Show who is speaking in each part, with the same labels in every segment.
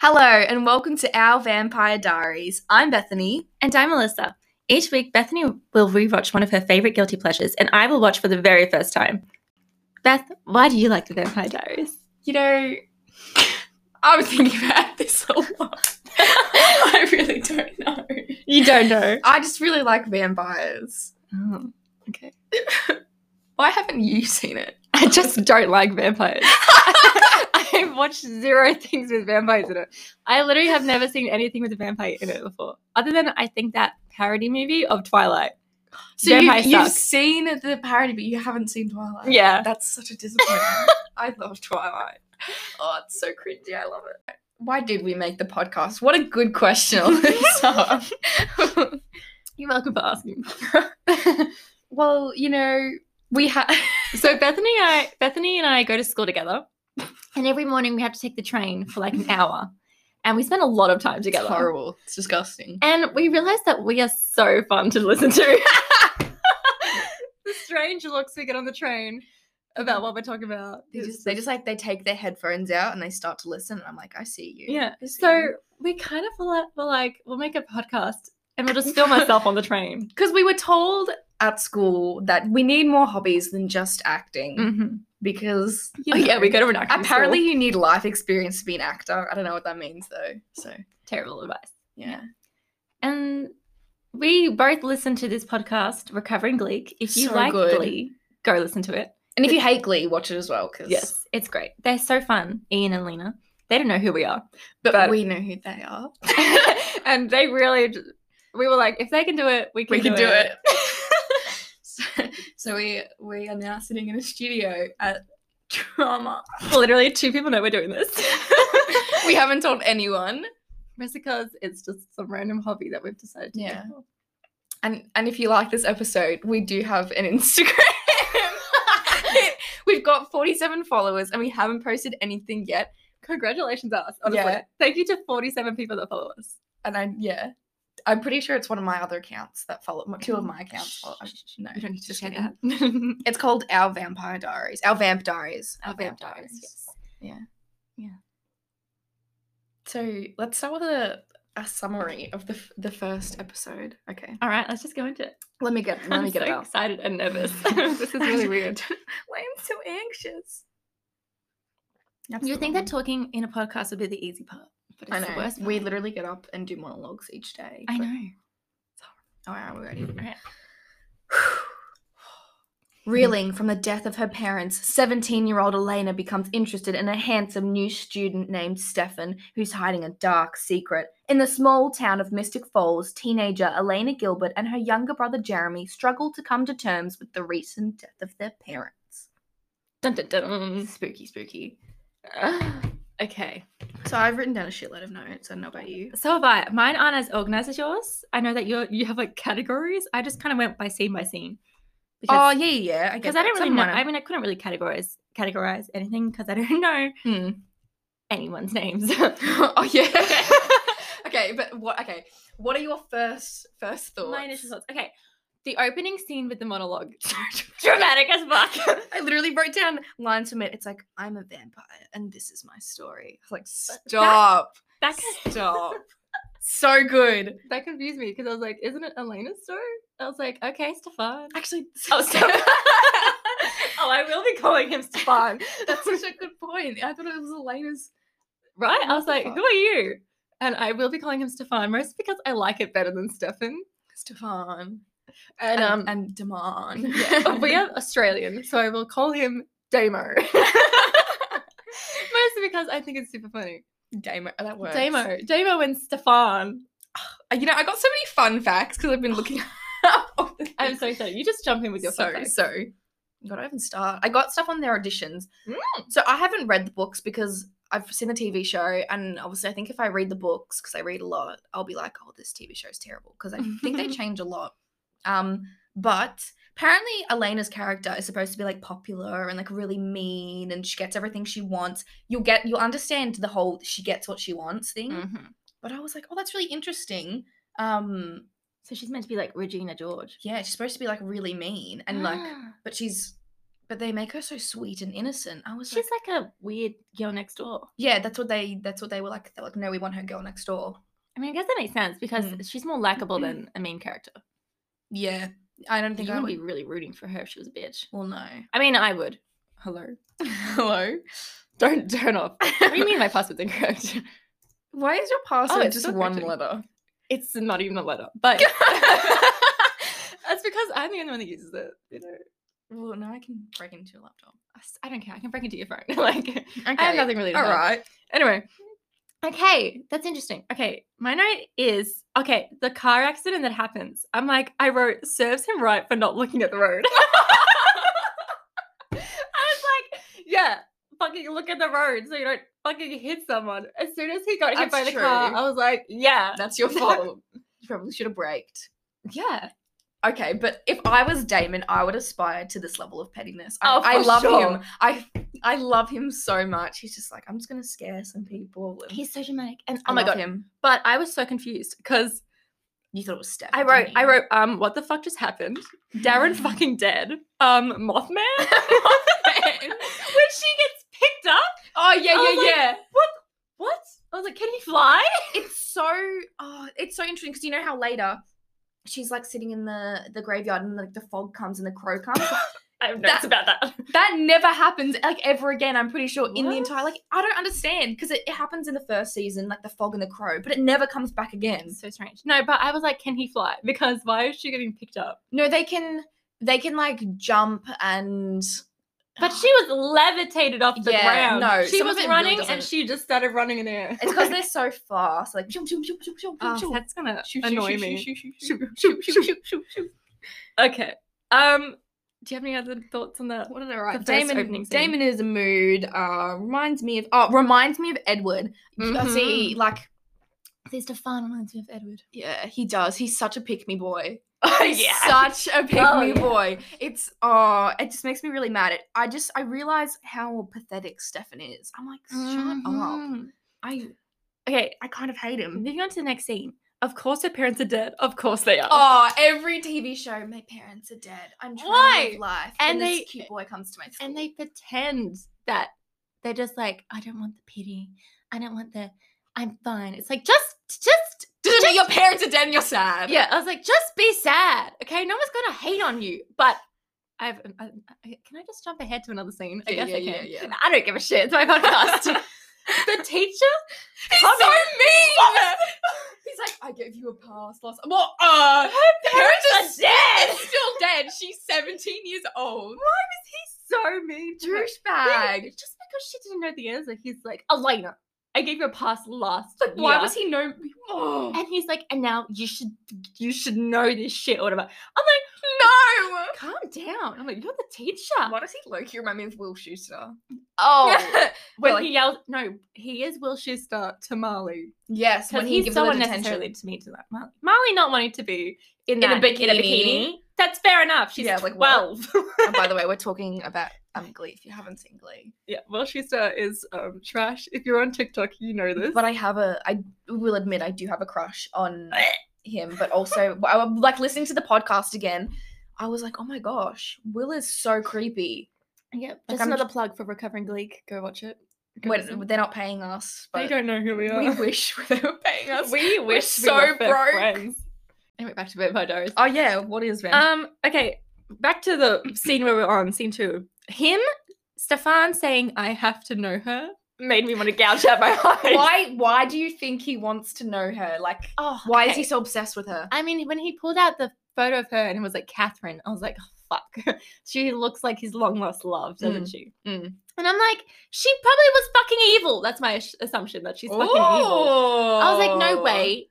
Speaker 1: Hello, and welcome to Our Vampire Diaries. I'm Bethany.
Speaker 2: And I'm Melissa. Each week, Bethany will rewatch one of her favorite guilty pleasures, and I will watch for the very first time. Beth, why do you like the Vampire Diaries?
Speaker 1: You know, I was thinking about this a lot. I really don't know.
Speaker 2: You don't know.
Speaker 1: I just really like vampires.
Speaker 2: Oh, okay.
Speaker 1: Um, Why haven't you seen it?
Speaker 2: I just don't like vampires. I've watched zero things with vampires in it. I literally have never seen anything with a vampire in it before, other than I think that parody movie of Twilight.
Speaker 1: So you,
Speaker 2: Vampire
Speaker 1: you've
Speaker 2: suck.
Speaker 1: seen the parody, but you haven't seen Twilight.
Speaker 2: Yeah.
Speaker 1: That's such a disappointment. I love Twilight. Oh, it's so cringy. I love it. Why did we make the podcast? What a good question. Alyssa.
Speaker 2: You're welcome for asking.
Speaker 1: well, you know, we have.
Speaker 2: so Bethany and I, Bethany and I go to school together, and every morning we have to take the train for like an hour, and we spend a lot of time together.
Speaker 1: It's horrible. It's disgusting.
Speaker 2: And we realized that we are so fun to listen to. the strange looks we get on the train about what we're talking about.
Speaker 1: They
Speaker 2: is
Speaker 1: just, they just like they take their headphones out and they start to listen. And I'm like, I see you.
Speaker 2: yeah.
Speaker 1: I see
Speaker 2: So we kind of were like, we're like, we'll make a podcast and we'll just film myself on the train.
Speaker 1: because we were told at school that we need more hobbies than just acting
Speaker 2: Mm-hmm.
Speaker 1: because Mm. you
Speaker 2: Oh, yeah,
Speaker 1: know,
Speaker 2: we go to an acting
Speaker 1: Apparently,
Speaker 2: school.
Speaker 1: you need life experience to be an actor. I don't know what that means though. So
Speaker 2: terrible advice.
Speaker 1: yeah,
Speaker 2: And we both listen to this podcast, Recovering Gleek. If you
Speaker 1: So
Speaker 2: like
Speaker 1: good.
Speaker 2: Glee, go listen to it.
Speaker 1: and if you hate Glee, watch it as well. Because
Speaker 2: Yes, it's great. They're so fun, Ian and Lena. They don't know who we are.
Speaker 1: but,
Speaker 2: But-
Speaker 1: we know who they are.
Speaker 2: and they really, j- we were like, if they can do it, we can,
Speaker 1: We can
Speaker 2: do,
Speaker 1: do
Speaker 2: it.
Speaker 1: so, so we we are now sitting in a studio at Drama.
Speaker 2: Literally, two people know we're doing this.
Speaker 1: we haven't told anyone.
Speaker 2: Just because it's just some random hobby that we've decided to
Speaker 1: Yeah.
Speaker 2: do.
Speaker 1: And and if you like this episode, we do have an Instagram. We've got 47 followers and we haven't posted anything yet.
Speaker 2: Congratulations, us. Honestly,
Speaker 1: Yeah.
Speaker 2: thank you to forty-seven people that follow us.
Speaker 1: And I yeah. I'm pretty sure it's one of my other accounts that follow my- two of my accounts follow. I- No,
Speaker 2: You don't need to
Speaker 1: just
Speaker 2: say
Speaker 1: kidding.
Speaker 2: that. Our
Speaker 1: It's called Our Vampire Diaries. Our Vamp Diaries.
Speaker 2: Yes.
Speaker 1: So let's start with a, a summary of the f- the first episode. Okay.
Speaker 2: All right, let's just go into it.
Speaker 1: Let me get let
Speaker 2: I'm
Speaker 1: me get
Speaker 2: so
Speaker 1: it out.
Speaker 2: excited and nervous. this is really weird.
Speaker 1: Why I'm so anxious. That's
Speaker 2: You
Speaker 1: the
Speaker 2: think
Speaker 1: one.
Speaker 2: that talking in a podcast would be the easy part, but it's
Speaker 1: I know.
Speaker 2: the worst.
Speaker 1: We
Speaker 2: part.
Speaker 1: literally get up and do monologues each day.
Speaker 2: I
Speaker 1: but-
Speaker 2: know. Mm-hmm.
Speaker 1: Oh, yeah, we're ready.
Speaker 2: Alright.
Speaker 1: Reeling from the death of her parents, 17 year old Elena becomes interested in a handsome new student named Stefan who's hiding a dark secret. In the small town of Mystic Falls, teenager Elena Gilbert and her younger brother Jeremy struggle to come to terms with the recent death of their parents.
Speaker 2: Dun, dun, dun.
Speaker 1: Spooky, spooky.
Speaker 2: okay.
Speaker 1: So I've written down a shitload of notes. I don't know about you.
Speaker 2: So have I. Mine aren't as organized as yours. I know that you you have like categories. I just kind of went by scene by scene.
Speaker 1: Oh,
Speaker 2: Because,
Speaker 1: yeah, yeah. yeah, I
Speaker 2: because
Speaker 1: get that.
Speaker 2: I don't really
Speaker 1: Some
Speaker 2: know.
Speaker 1: minor-
Speaker 2: I mean, I couldn't really categorize categorize anything because I don't know
Speaker 1: Hmm.
Speaker 2: anyone's names.
Speaker 1: oh yeah. okay, but what? Okay, what are your first first thoughts?
Speaker 2: My initial thoughts. Okay. The opening scene with the monologue. Dramatic as fuck.
Speaker 1: I literally wrote down lines from it. It's like I'm a vampire and this is my story. I was like
Speaker 2: that-
Speaker 1: stop,
Speaker 2: That, con-
Speaker 1: stop. so good.
Speaker 2: that confused me because I was like, isn't it Elena's story? I was like, okay, Stefan.
Speaker 1: Actually,
Speaker 2: Oh, Stefan. oh, I will be calling him Stefan.
Speaker 1: that's such a good point. I thought it was Elena's.
Speaker 2: right? I was like,
Speaker 1: Stefan.
Speaker 2: who are you? And I will be calling him Stefan, most because I like it better than Stefan.
Speaker 1: Stefan
Speaker 2: And, um,
Speaker 1: and Damon.
Speaker 2: yeah, but Oh, we are Australian, so I will call him Damo. mostly because I think it's super funny.
Speaker 1: Damo. That works.
Speaker 2: Damo. Damo and Stefan.
Speaker 1: Uh, You know, I got so many fun facts because I've been looking. up all the
Speaker 2: I'm so excited. You just jump in with your
Speaker 1: so
Speaker 2: fun facts.
Speaker 1: so gotta even start i got stuff on their auditions
Speaker 2: Mm.
Speaker 1: so i haven't read the books because i've seen the tv show and obviously i think if i read the books because i read a lot i'll be like oh this tv show is terrible because i think they change a lot um but apparently elena's character is supposed to be like popular and like really mean and she gets everything she wants you'll get you'll understand the whole she gets what she wants thing
Speaker 2: Mhm.
Speaker 1: but i was like oh that's really interesting um
Speaker 2: So she's meant to be like Regina George. Ah.
Speaker 1: yeah she's supposed to be like really mean and like but she's but they make her so sweet and innocent. I was
Speaker 2: She's
Speaker 1: like,
Speaker 2: like a weird girl next door.
Speaker 1: yeah, that's what they that's what they were like. They're like, no, we want her girl next door.
Speaker 2: I mean, I guess that makes sense because
Speaker 1: Mm.
Speaker 2: she's more likable than a mean character.
Speaker 1: Yeah, I don't
Speaker 2: I think
Speaker 1: think
Speaker 2: you
Speaker 1: I
Speaker 2: would
Speaker 1: would.
Speaker 2: be really rooting for her if she was a bitch.
Speaker 1: Well, no.
Speaker 2: I mean, I would. Hello.
Speaker 1: Hello.
Speaker 2: Don't turn off. What do you mean my password's incorrect?
Speaker 1: Why is your password
Speaker 2: it's
Speaker 1: just
Speaker 2: still
Speaker 1: one
Speaker 2: corrected.
Speaker 1: letter?
Speaker 2: It's not even a letter, but that's because I'm the only one that uses it. You know,
Speaker 1: well, now I can break into your laptop.
Speaker 2: I s- I don't care. I can break into your phone. like,
Speaker 1: Okay.
Speaker 2: I have nothing really. To
Speaker 1: All
Speaker 2: hide.
Speaker 1: right.
Speaker 2: Anyway. Okay, that's interesting. Okay, my note is okay. The car accident that happens. I'm like, I wrote serves him right for not looking at the road. I was like, yeah, fucking look at the road so you don't fucking hit someone. As soon as he got hit
Speaker 1: That's
Speaker 2: by the
Speaker 1: true.
Speaker 2: car, I was like, yeah,
Speaker 1: That's your fault. you probably should have braked.
Speaker 2: yeah.
Speaker 1: Okay, but if I was Damon, I would aspire to this level of pettiness. I,
Speaker 2: Oh,
Speaker 1: I
Speaker 2: for
Speaker 1: love
Speaker 2: sure.
Speaker 1: him. I I love him so much. He's just like, I'm just gonna scare some people. and
Speaker 2: He's so dramatic, and
Speaker 1: I
Speaker 2: oh my
Speaker 1: love
Speaker 2: god!
Speaker 1: him.
Speaker 2: But I was so confused because
Speaker 1: You thought it was Steph.
Speaker 2: I
Speaker 1: didn't
Speaker 2: wrote, I
Speaker 1: you?
Speaker 2: wrote, um, what the fuck just happened? Darren fucking dead. Um, Mothman. Mothman. when she gets picked up,
Speaker 1: Oh yeah,
Speaker 2: I was
Speaker 1: yeah,
Speaker 2: like,
Speaker 1: yeah.
Speaker 2: what? What? I was like, can he fly?
Speaker 1: it's so oh, it's so interesting because you know how later she's like sitting in the the graveyard and like the fog comes and the crow comes.
Speaker 2: I have notes
Speaker 1: That-
Speaker 2: about that.
Speaker 1: that never happens like ever again. I'm pretty sure in the
Speaker 2: What?
Speaker 1: entire like I don't understand because it, it happens in the first season like the fog and the crow, but it never comes back again.
Speaker 2: so strange. No, but I was like, can he fly? Because why is she getting picked up?
Speaker 1: No, they can they can like jump and
Speaker 2: But she was levitated off the
Speaker 1: Yeah,
Speaker 2: ground.
Speaker 1: no,
Speaker 2: she
Speaker 1: some
Speaker 2: was
Speaker 1: of it really
Speaker 2: running
Speaker 1: doesn't-
Speaker 2: and she just started running in the air.
Speaker 1: it's because they're so fast like jump jump jump jump jump jump.
Speaker 2: oh,
Speaker 1: jump.
Speaker 2: that's gonna
Speaker 1: Shoo, shoo,
Speaker 2: annoy
Speaker 1: shoo, shoo,
Speaker 2: me.
Speaker 1: shoo, shoo, shoo.
Speaker 2: Shoo, shoo, shoo, shoo, shoo, shoo. Okay. Um, do you have any other thoughts on that?
Speaker 1: What did I
Speaker 2: The
Speaker 1: write?
Speaker 2: first opening
Speaker 1: Damon,
Speaker 2: scene.
Speaker 1: Damon is a mood. Uh, reminds me of oh, reminds me of Edward. I see, like
Speaker 2: There's Stefan reminds me of Edward.
Speaker 1: Yeah, he does. He's such a pick me boy.
Speaker 2: Oh
Speaker 1: He's such a pick me
Speaker 2: yeah.
Speaker 1: boy. It's oh, it just makes me really mad. It, I just I realize how pathetic Stefan is. I'm like, shut up. I
Speaker 2: Mm-hmm. Okay,
Speaker 1: I kind of hate him.
Speaker 2: moving on to the next scene. Of course her parents are dead. Of course they are.
Speaker 1: Oh, every TV show, my parents are dead. I'm trying to
Speaker 2: Why?
Speaker 1: live life,
Speaker 2: And
Speaker 1: and,
Speaker 2: they-
Speaker 1: this cute boy comes to my school.
Speaker 2: And they pretend that they're just like, I don't want the pity. I don't want the I'm fine. It's like just just
Speaker 1: just, your parents are dead and you're sad.
Speaker 2: Yeah, I was like, just be sad. Okay, no one's gonna hate on you. But I've I, um, I- can I just jump ahead to another scene? I
Speaker 1: Yeah,
Speaker 2: guess
Speaker 1: yeah,
Speaker 2: I can.
Speaker 1: yeah, yeah.
Speaker 2: I don't give a shit. It's my podcast. the teacher
Speaker 1: He's
Speaker 2: Tommy-
Speaker 1: so mean. He's like, I gave you a pass last. Well, uh, her parents,
Speaker 2: parents are dead.
Speaker 1: Still dead. She's 17 years old.
Speaker 2: He's so mean. to her. Yeah,
Speaker 1: Douchebag.
Speaker 2: Just because she didn't know the answer, he's like, Elena, I gave you a pass last
Speaker 1: Like,
Speaker 2: year.
Speaker 1: why was he no? Oh.
Speaker 2: And he's like, and now you should you should know this shit or whatever. I'm
Speaker 1: no.
Speaker 2: like, calm down. I'm like, you're the teacher.
Speaker 1: Why does he low key remind me of Will Schuster?
Speaker 2: Oh, when
Speaker 1: Like-
Speaker 2: he yells, no, he is Will Schuster to Marley
Speaker 1: yes,
Speaker 2: because
Speaker 1: when he
Speaker 2: he's
Speaker 1: gives
Speaker 2: so
Speaker 1: her
Speaker 2: unnecessarily
Speaker 1: attention.
Speaker 2: to me to that Marley. Marley not wanting to be in,
Speaker 1: In a
Speaker 2: that, in a
Speaker 1: bikini.
Speaker 2: bikini. That's fair enough. She's
Speaker 1: Yeah, like, what?
Speaker 2: twelve.
Speaker 1: and by the way, we're talking about um, Glee. If you haven't seen Glee,
Speaker 2: yeah, Will Schuster is um, trash. If you're on TikTok, you know this.
Speaker 1: but I have a, I will admit, I do have a crush on him. But also, I was like listening to the podcast again. I was like, oh my gosh, Will is so creepy.
Speaker 2: Yep.
Speaker 1: Like,
Speaker 2: Just
Speaker 1: I'm
Speaker 2: another plug for Recovering Gleek. Go watch it. Go listen.
Speaker 1: When they're not paying us,
Speaker 2: they
Speaker 1: but
Speaker 2: don't know who we are.
Speaker 1: we wish they were paying us.
Speaker 2: We
Speaker 1: We're
Speaker 2: wish
Speaker 1: so
Speaker 2: we were best
Speaker 1: broke.
Speaker 2: friends. Anyway, back to Vampire Diaries.
Speaker 1: oh yeah, what is Van?
Speaker 2: Um, okay, back to the scene where we're on scene two. Him, Stefan saying I have to know her made me want to gouge out my eyes.
Speaker 1: why? Why do you think he wants to know her? Like,
Speaker 2: Oh,
Speaker 1: why is he so obsessed with her?
Speaker 2: I mean, when he pulled out the photo of her and it was like Catherine, I was like, oh, fuck. she looks like his long lost love, doesn't
Speaker 1: Mm,
Speaker 2: she?
Speaker 1: mm.
Speaker 2: And I'm like, she probably was fucking evil. That's my ass- assumption that she's fucking evil. I was like, no
Speaker 1: Ooh.
Speaker 2: way.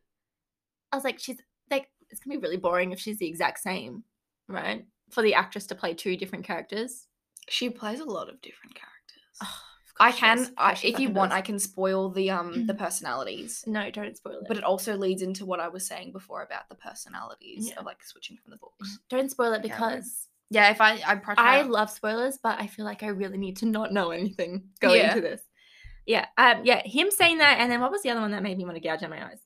Speaker 2: I was like, she's like, it's gonna be really boring if she's the exact same, right? For the actress to play two different characters.
Speaker 1: She plays a lot of different characters.
Speaker 2: Oh,
Speaker 1: I
Speaker 2: she
Speaker 1: can,
Speaker 2: does. Of
Speaker 1: I,
Speaker 2: course she
Speaker 1: if you
Speaker 2: fucking
Speaker 1: want,
Speaker 2: does.
Speaker 1: I can spoil the um the personalities,
Speaker 2: No, don't spoil it.
Speaker 1: but it also leads into what I was saying before about the personalities
Speaker 2: Yeah.
Speaker 1: of like switching from the books.
Speaker 2: don't spoil it
Speaker 1: Yeah, I won't.
Speaker 2: because
Speaker 1: Mm-hmm. Yeah, if I I try
Speaker 2: I
Speaker 1: to-
Speaker 2: love spoilers, but I feel like I really need to not know anything going
Speaker 1: Yeah.
Speaker 2: into this. Yeah, um, yeah, him saying that, and then what was the other one that made me want to gouge out my eyes?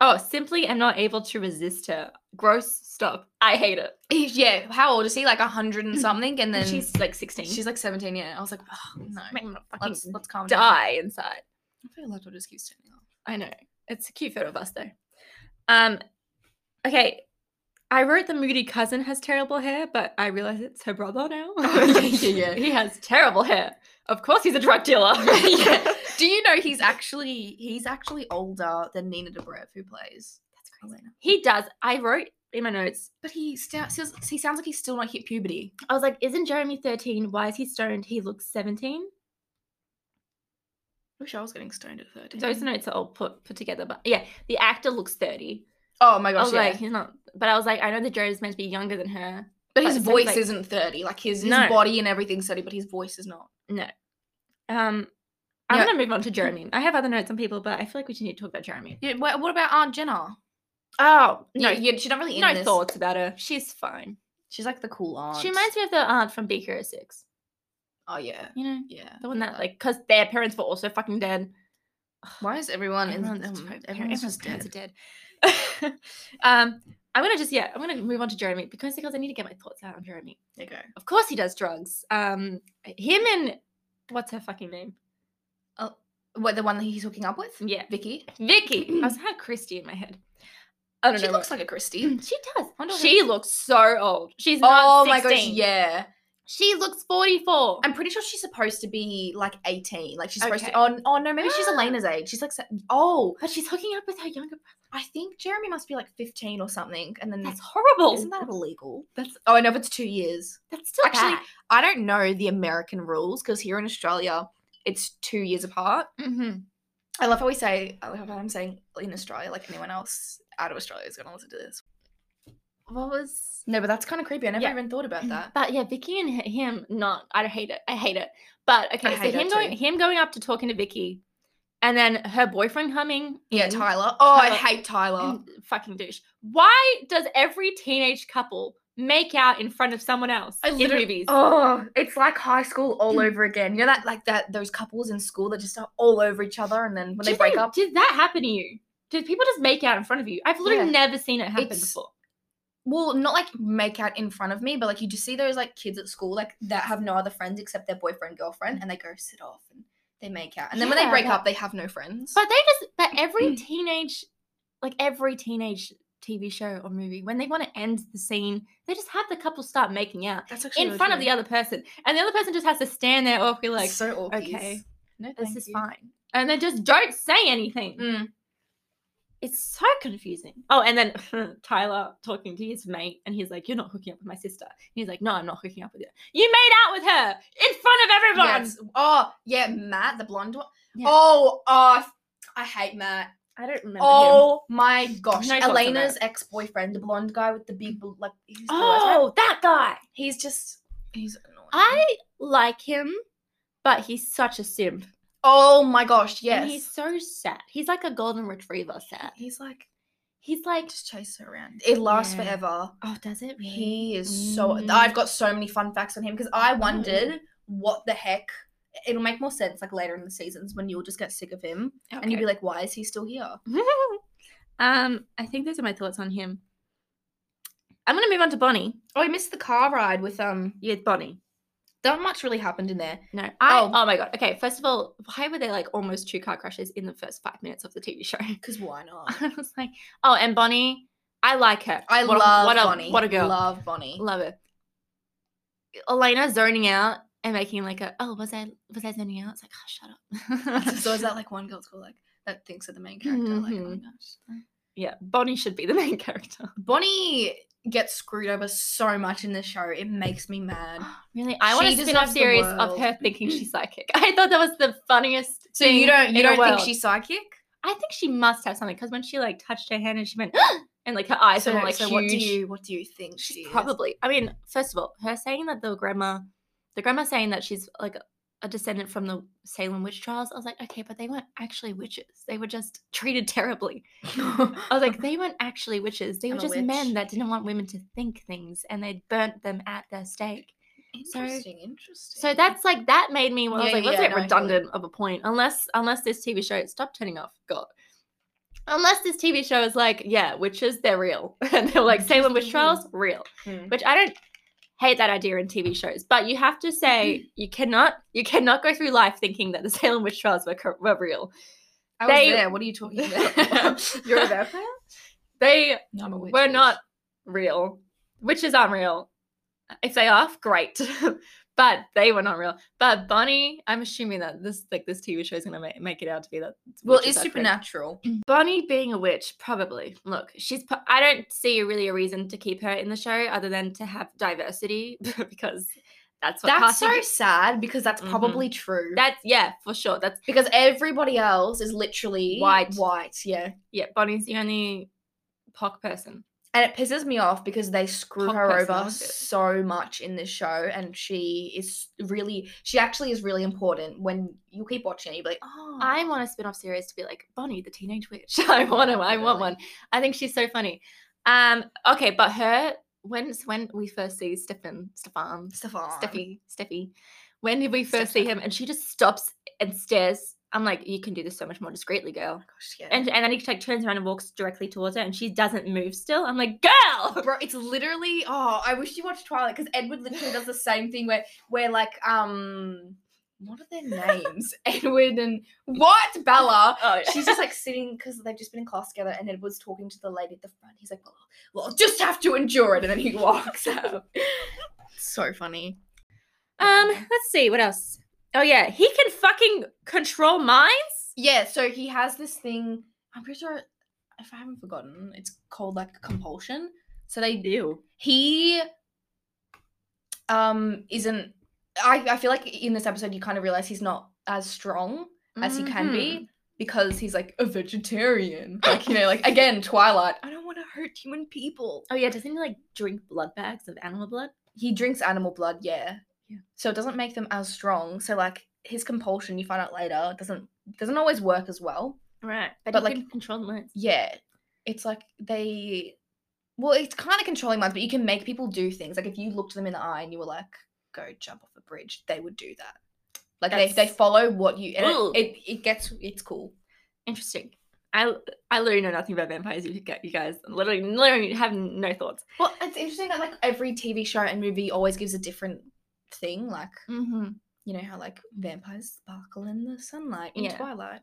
Speaker 2: Oh, simply am not able to resist her. Gross. Stop. I hate it.
Speaker 1: Yeah, how old is he? Like hundred and something, Mm-hmm. and then she's
Speaker 2: she's like 16.
Speaker 1: she's like seventeen. Yeah, I was like, oh, no,
Speaker 2: Make me fucking
Speaker 1: let's let's calm down.
Speaker 2: die inside.
Speaker 1: I feel like laptop just keeps turning off.
Speaker 2: I know. It's a cute photo of us though. Um, okay. I wrote the moody cousin has terrible hair, but I realize it's her brother now.
Speaker 1: Yeah, yeah, yeah.
Speaker 2: He has terrible hair. Of course, he's a drug dealer.
Speaker 1: Yeah. Do you know he's actually he's actually older than Nina Dobrev who plays
Speaker 2: That's crazy.
Speaker 1: Elena?
Speaker 2: He does. I wrote in my notes.
Speaker 1: But he still he sounds like he's still not hit puberty.
Speaker 2: I was like, "Isn't Jeremy thirteen? Why is he stoned? He looks 17.
Speaker 1: Wish I was getting stoned at thirteen.
Speaker 2: Those notes are all put put together, but yeah, the actor looks thirty.
Speaker 1: oh my
Speaker 2: I
Speaker 1: gosh,
Speaker 2: was
Speaker 1: yeah.
Speaker 2: like, he's not. But I was like, I know that Joe's meant to be younger than her.
Speaker 1: but his
Speaker 2: but it sounds
Speaker 1: voice
Speaker 2: like-
Speaker 1: isn't thirty. Like his, his
Speaker 2: No.
Speaker 1: body and everything's thirty, but his voice is not.
Speaker 2: No. Um, I'm
Speaker 1: Yeah.
Speaker 2: gonna move on to Jeremy. I have other notes on people, but I feel like we should need to talk about Jeremy.
Speaker 1: Yeah, what, what about Aunt Jenna?
Speaker 2: Oh
Speaker 1: No,
Speaker 2: no,
Speaker 1: you, she's not really in
Speaker 2: no
Speaker 1: this.
Speaker 2: thoughts about her. She's fine.
Speaker 1: She's like the cool aunt.
Speaker 2: She reminds me of the aunt from Big Hero Six.
Speaker 1: Oh yeah,
Speaker 2: You know,
Speaker 1: yeah.
Speaker 2: the one that like, cause their parents were also fucking dead.
Speaker 1: Why is everyone
Speaker 2: Everyone's,
Speaker 1: in? Um,
Speaker 2: t- par-
Speaker 1: everyone's
Speaker 2: everyone's
Speaker 1: just
Speaker 2: parents
Speaker 1: dead.
Speaker 2: are dead. um, I'm gonna just yeah, I'm gonna move on to Jeremy because because I need to get my thoughts out on Jeremy.
Speaker 1: There you go.
Speaker 2: Of course he does drugs. Um, him and what's her fucking name?
Speaker 1: Oh, What the one that he's hooking up with?
Speaker 2: Yeah,
Speaker 1: Vicky.
Speaker 2: Vicky. I was had Christy in my head. I don't
Speaker 1: She
Speaker 2: know.
Speaker 1: looks
Speaker 2: what-
Speaker 1: like a Christie.
Speaker 2: Mm, she does.
Speaker 1: Wonder who-
Speaker 2: She looks so old. She's
Speaker 1: Oh
Speaker 2: not
Speaker 1: my gosh,
Speaker 2: 16.
Speaker 1: yeah.
Speaker 2: She looks 44.
Speaker 1: I'm pretty sure she's supposed to be like 18. Like she's supposed
Speaker 2: Okay.
Speaker 1: to. Oh, n- oh no, maybe she's Elena's age. She's like, se- oh,
Speaker 2: but she's hooking up with her younger brother.
Speaker 1: I think Jeremy must be like 15 or something. And then
Speaker 2: That's horrible.
Speaker 1: Mm. isn't that illegal?
Speaker 2: That's-
Speaker 1: oh, I know if it's two years.
Speaker 2: That's still
Speaker 1: Actually,
Speaker 2: actually.
Speaker 1: I don't know the American rules because here in Australia, it's two years apart.
Speaker 2: Mm-hmm.
Speaker 1: I love how we say. I love how I'm saying in Australia. Like anyone else out of Australia is gonna listen to this.
Speaker 2: What was?
Speaker 1: No, but that's kind of creepy. I never
Speaker 2: Yeah.
Speaker 1: even thought about that.
Speaker 2: Mm-hmm. But yeah, Vicky and h- him. Not. I don't hate it. I hate it. But okay, so
Speaker 1: hate it
Speaker 2: him going,
Speaker 1: too.
Speaker 2: him going up to talking to Vicky, and then her boyfriend coming.
Speaker 1: Yeah,
Speaker 2: in,
Speaker 1: Tyler. Oh, I
Speaker 2: Tyler.
Speaker 1: hate Tyler.
Speaker 2: mm, Fucking douche. Why does every teenage couple make out in front of someone else
Speaker 1: I
Speaker 2: in
Speaker 1: literally-
Speaker 2: movies?
Speaker 1: Oh, it's like high school all over again. You know that like that those couples in school that just are all over each other, and then when
Speaker 2: Do
Speaker 1: they
Speaker 2: you
Speaker 1: break
Speaker 2: think-
Speaker 1: up,
Speaker 2: Did that happen to you? Did people just make out in front of you? I've literally
Speaker 1: Yeah.
Speaker 2: never seen it happen
Speaker 1: It's-
Speaker 2: before.
Speaker 1: well, not like make out in front of me, but like you just see those like kids at school like that have no other friends except their boyfriend girlfriend, and they go sit off and they make out, and then when they
Speaker 2: Mm. Yeah,
Speaker 1: break
Speaker 2: that-
Speaker 1: up, they have no friends.
Speaker 2: But they just that
Speaker 1: Mm.
Speaker 2: every teenage, like every teenage TV show or movie, when they want to end the scene, they just have the couple start making out
Speaker 1: that's actually
Speaker 2: in front of the other person, and the other person just has to stand there awkwardly, like
Speaker 1: so awkward.
Speaker 2: okay.
Speaker 1: no,
Speaker 2: this
Speaker 1: thank
Speaker 2: is
Speaker 1: you.
Speaker 2: fine, and they just don't say anything.
Speaker 1: Mm.
Speaker 2: It's so confusing. Oh, and then Tyler talking to his mate, and he's like, "You're not hooking up with my sister." And he's like, "No, I'm not hooking up with you. You made out with her in front of everyone."
Speaker 1: Yeah, it's- oh yeah, Matt, the blonde one.
Speaker 2: Yeah.
Speaker 1: Oh, oh, I hate Matt.
Speaker 2: I don't remember. him.
Speaker 1: Oh my gosh,
Speaker 2: No thoughts on
Speaker 1: Elena's ex boyfriend, the blonde guy with the big bl- like. he's blue eyes, right?
Speaker 2: Oh, that guy.
Speaker 1: He's just he's annoying.
Speaker 2: I like him, but he's such a simp.
Speaker 1: oh my gosh, yes.
Speaker 2: And he's so sad. He's like a golden retriever sad.
Speaker 1: He's like
Speaker 2: He's like,
Speaker 1: just chase her around. It lasts
Speaker 2: Yeah.
Speaker 1: forever.
Speaker 2: oh, does it really?
Speaker 1: He is so
Speaker 2: Mm.
Speaker 1: I've got so many fun facts on him because I
Speaker 2: Mm.
Speaker 1: wondered what the heck it'll make more sense like later in the seasons when you'll just get sick of him and you'll be like, why is he still here?
Speaker 2: like, um, I think those are my thoughts on him. I'm gonna move on to Bonnie.
Speaker 1: Oh, I missed the car ride with um
Speaker 2: Yeah, Bonnie.
Speaker 1: not much really happened in there.
Speaker 2: No, I.
Speaker 1: Oh.
Speaker 2: Oh. my god. Okay, first of all, why were there like almost two car crashes in the first five minutes of the TV show?
Speaker 1: Cause why not?
Speaker 2: I was like, oh, and Bonnie, I like her.
Speaker 1: I
Speaker 2: What a-
Speaker 1: love
Speaker 2: what a,
Speaker 1: Bonnie.
Speaker 2: What a girl.
Speaker 1: Love Bonnie.
Speaker 2: Love it. Elena zoning out and making like a oh was I was I zoning out? It's like oh shut up.
Speaker 1: so is that like one girl's called like that thinks of the main character? Like, oh my
Speaker 2: Mhm.
Speaker 1: gosh.
Speaker 2: yeah, Bonnie should be the main character.
Speaker 1: Bonnie gets screwed over so much in this show. It makes me mad.
Speaker 2: Really, I want
Speaker 1: She
Speaker 2: a
Speaker 1: deserves
Speaker 2: spin-off
Speaker 1: the
Speaker 2: series of
Speaker 1: world.
Speaker 2: her thinking she's psychic. I thought that was the funniest.
Speaker 1: So you
Speaker 2: thing
Speaker 1: don't
Speaker 2: in
Speaker 1: you
Speaker 2: the
Speaker 1: don't think
Speaker 2: world.
Speaker 1: she's psychic?
Speaker 2: I think she must have something because when she like touched her hand and she went and like her eyes
Speaker 1: so
Speaker 2: went like
Speaker 1: so
Speaker 2: huge.
Speaker 1: what do you what do you think
Speaker 2: She's
Speaker 1: she is?
Speaker 2: probably. I mean, first of all, her saying that the grandma, the grandma saying that she's like a descendant from the Salem witch trials. I was like, okay, but they weren't actually witches. They were just treated terribly. I was like, they weren't actually witches. They
Speaker 1: I'm
Speaker 2: were
Speaker 1: a
Speaker 2: just men
Speaker 1: witch.
Speaker 2: that didn't want women to think things, and they burnt them at their stake. so-
Speaker 1: interesting, interesting.
Speaker 2: So that's like that made me. Well, I
Speaker 1: Yeah,
Speaker 2: was like,
Speaker 1: yeah,
Speaker 2: was
Speaker 1: yeah,
Speaker 2: it
Speaker 1: no, I feel you.
Speaker 2: redundant of a point? Unless unless this TV show stopped turning off God. Unless this TV show is like, yeah, witches, they're real. and they're like, Salem witch trials, real.
Speaker 1: Mm-hmm. Mm.
Speaker 2: Which I don't hate that idea in TV shows, but you have to
Speaker 1: Mm-hmm.
Speaker 2: say you cannot you cannot go through life thinking that the Salem witch trials were, cor- were real.
Speaker 1: I was
Speaker 2: They-
Speaker 1: there. What are you talking about? You're a vampire?
Speaker 2: They
Speaker 1: No, I'm a witch.
Speaker 2: were
Speaker 1: bitch.
Speaker 2: not real. Witches aren't real. If they are, great. but they were not real. But Bonnie, I'm assuming that this like this TV show is gonna make, make it out to be that.
Speaker 1: Well,
Speaker 2: witches
Speaker 1: it's
Speaker 2: are fake.
Speaker 1: supernatural.
Speaker 2: Bonnie being a witch, probably. Look, she's. pro- I don't see really a reason to keep her in the show other than to have diversity because that's what
Speaker 1: That's
Speaker 2: casting.
Speaker 1: so sad because that's
Speaker 2: Mhm.
Speaker 1: probably true.
Speaker 2: That's yeah, for sure. That's
Speaker 1: because everybody else is literally
Speaker 2: White.
Speaker 1: White, yeah.
Speaker 2: yeah. Bonnie's the only pock person.
Speaker 1: And it pisses me off because they screw
Speaker 2: Top
Speaker 1: her
Speaker 2: person, I
Speaker 1: over
Speaker 2: like it.
Speaker 1: so much in this show, and she is really, she actually is really important. When you keep watching it, you'll be like, oh,
Speaker 2: I want a spin-off series to be like Bonnie the Teenage Witch. I want to. I want
Speaker 1: Really?
Speaker 2: one. I think she's so funny. Um. Okay, but her when when we first see Stefan Stefan
Speaker 1: Stefan.
Speaker 2: Steffi Steffi, when did we first see him? And she just stops and stares. I'm like, you can do this so much more discreetly, girl.
Speaker 1: Gosh, yeah.
Speaker 2: And and then he like turns around and walks directly towards her, and she doesn't move. Still, I'm like, girl.
Speaker 1: Bro, it's literally oh, I wish you watched Twilight because Edward literally does the same thing where where like um what are their names? Edward and what Bella.
Speaker 2: Oh,
Speaker 1: She's just like sitting because they've just been in class together, and Edward's talking to the lady at the front. He's like, "Well, well, I'll just have to endure it," and then he walks out. so funny.
Speaker 2: um. Let's see what else. Oh yeah, he can fucking control minds.
Speaker 1: Yeah, so he has this thing. I'm pretty sure if I haven't forgotten, it's called like compulsion. So they
Speaker 2: Ew.
Speaker 1: he um isn't I, I feel like in this episode you kind of realize he's not as strong as he can
Speaker 2: Mm-hmm.
Speaker 1: be because he's like a vegetarian like you know like again twilight i don't want to hurt human people
Speaker 2: Oh yeah, doesn't he like drink blood bags of animal blood?
Speaker 1: he drinks animal blood yeah
Speaker 2: Yeah.
Speaker 1: so it doesn't make them as strong so like his compulsion you find out later doesn't doesn't always work as well
Speaker 2: Right, but,
Speaker 1: But,
Speaker 2: he
Speaker 1: like-
Speaker 2: can control minds.
Speaker 1: yeah it's like they well it's kind of controlling minds but you can make people do things like if you looked them in the eye and you were like go jump off a bridge they would do that like they, they
Speaker 2: That's-
Speaker 1: follow what you and
Speaker 2: Ooh.
Speaker 1: it, it, it gets it's cool
Speaker 2: Interesting. I I literally know nothing about vampires. You gu- you guys literally literally have no thoughts.
Speaker 1: well it's interesting that like every tv show and movie always gives a different thing like
Speaker 2: Mm-hmm.
Speaker 1: you know how like vampires sparkle in the sunlight in
Speaker 2: Yeah.
Speaker 1: twilight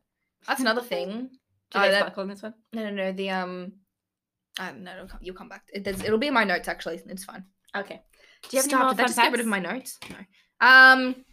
Speaker 1: that's another thing
Speaker 2: Do
Speaker 1: Oh,
Speaker 2: they
Speaker 1: that-
Speaker 2: sparkle in this one?
Speaker 1: no no no the um I don't know. it'll come- You'll come back. It, there's- it'll be in my notes actually. It's fine.
Speaker 2: Okay. Do you have
Speaker 1: Stop.
Speaker 2: any more
Speaker 1: Did I
Speaker 2: fun
Speaker 1: just
Speaker 2: facts?
Speaker 1: get rid of my notes? No. Um.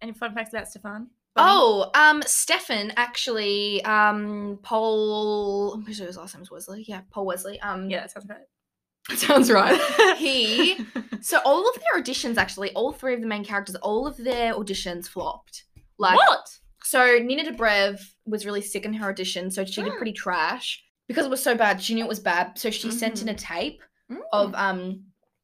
Speaker 2: Any fun facts about Stefan?
Speaker 1: Oh, um, Stefan actually, um, Paul. I'm pretty sure his last name is Wesley. Yeah, Paul Wesley. Um,
Speaker 2: yeah, that sounds right.
Speaker 1: sounds right. he. So all of their auditions, actually, all three of the main characters, all of their auditions flopped. Like,
Speaker 2: what?
Speaker 1: so Nina Dobrev was really sick in her audition, so she did
Speaker 2: Mm.
Speaker 1: pretty trash because it was so bad. She knew it was bad, so she sent in a tape
Speaker 2: Oh, Mm.
Speaker 1: of um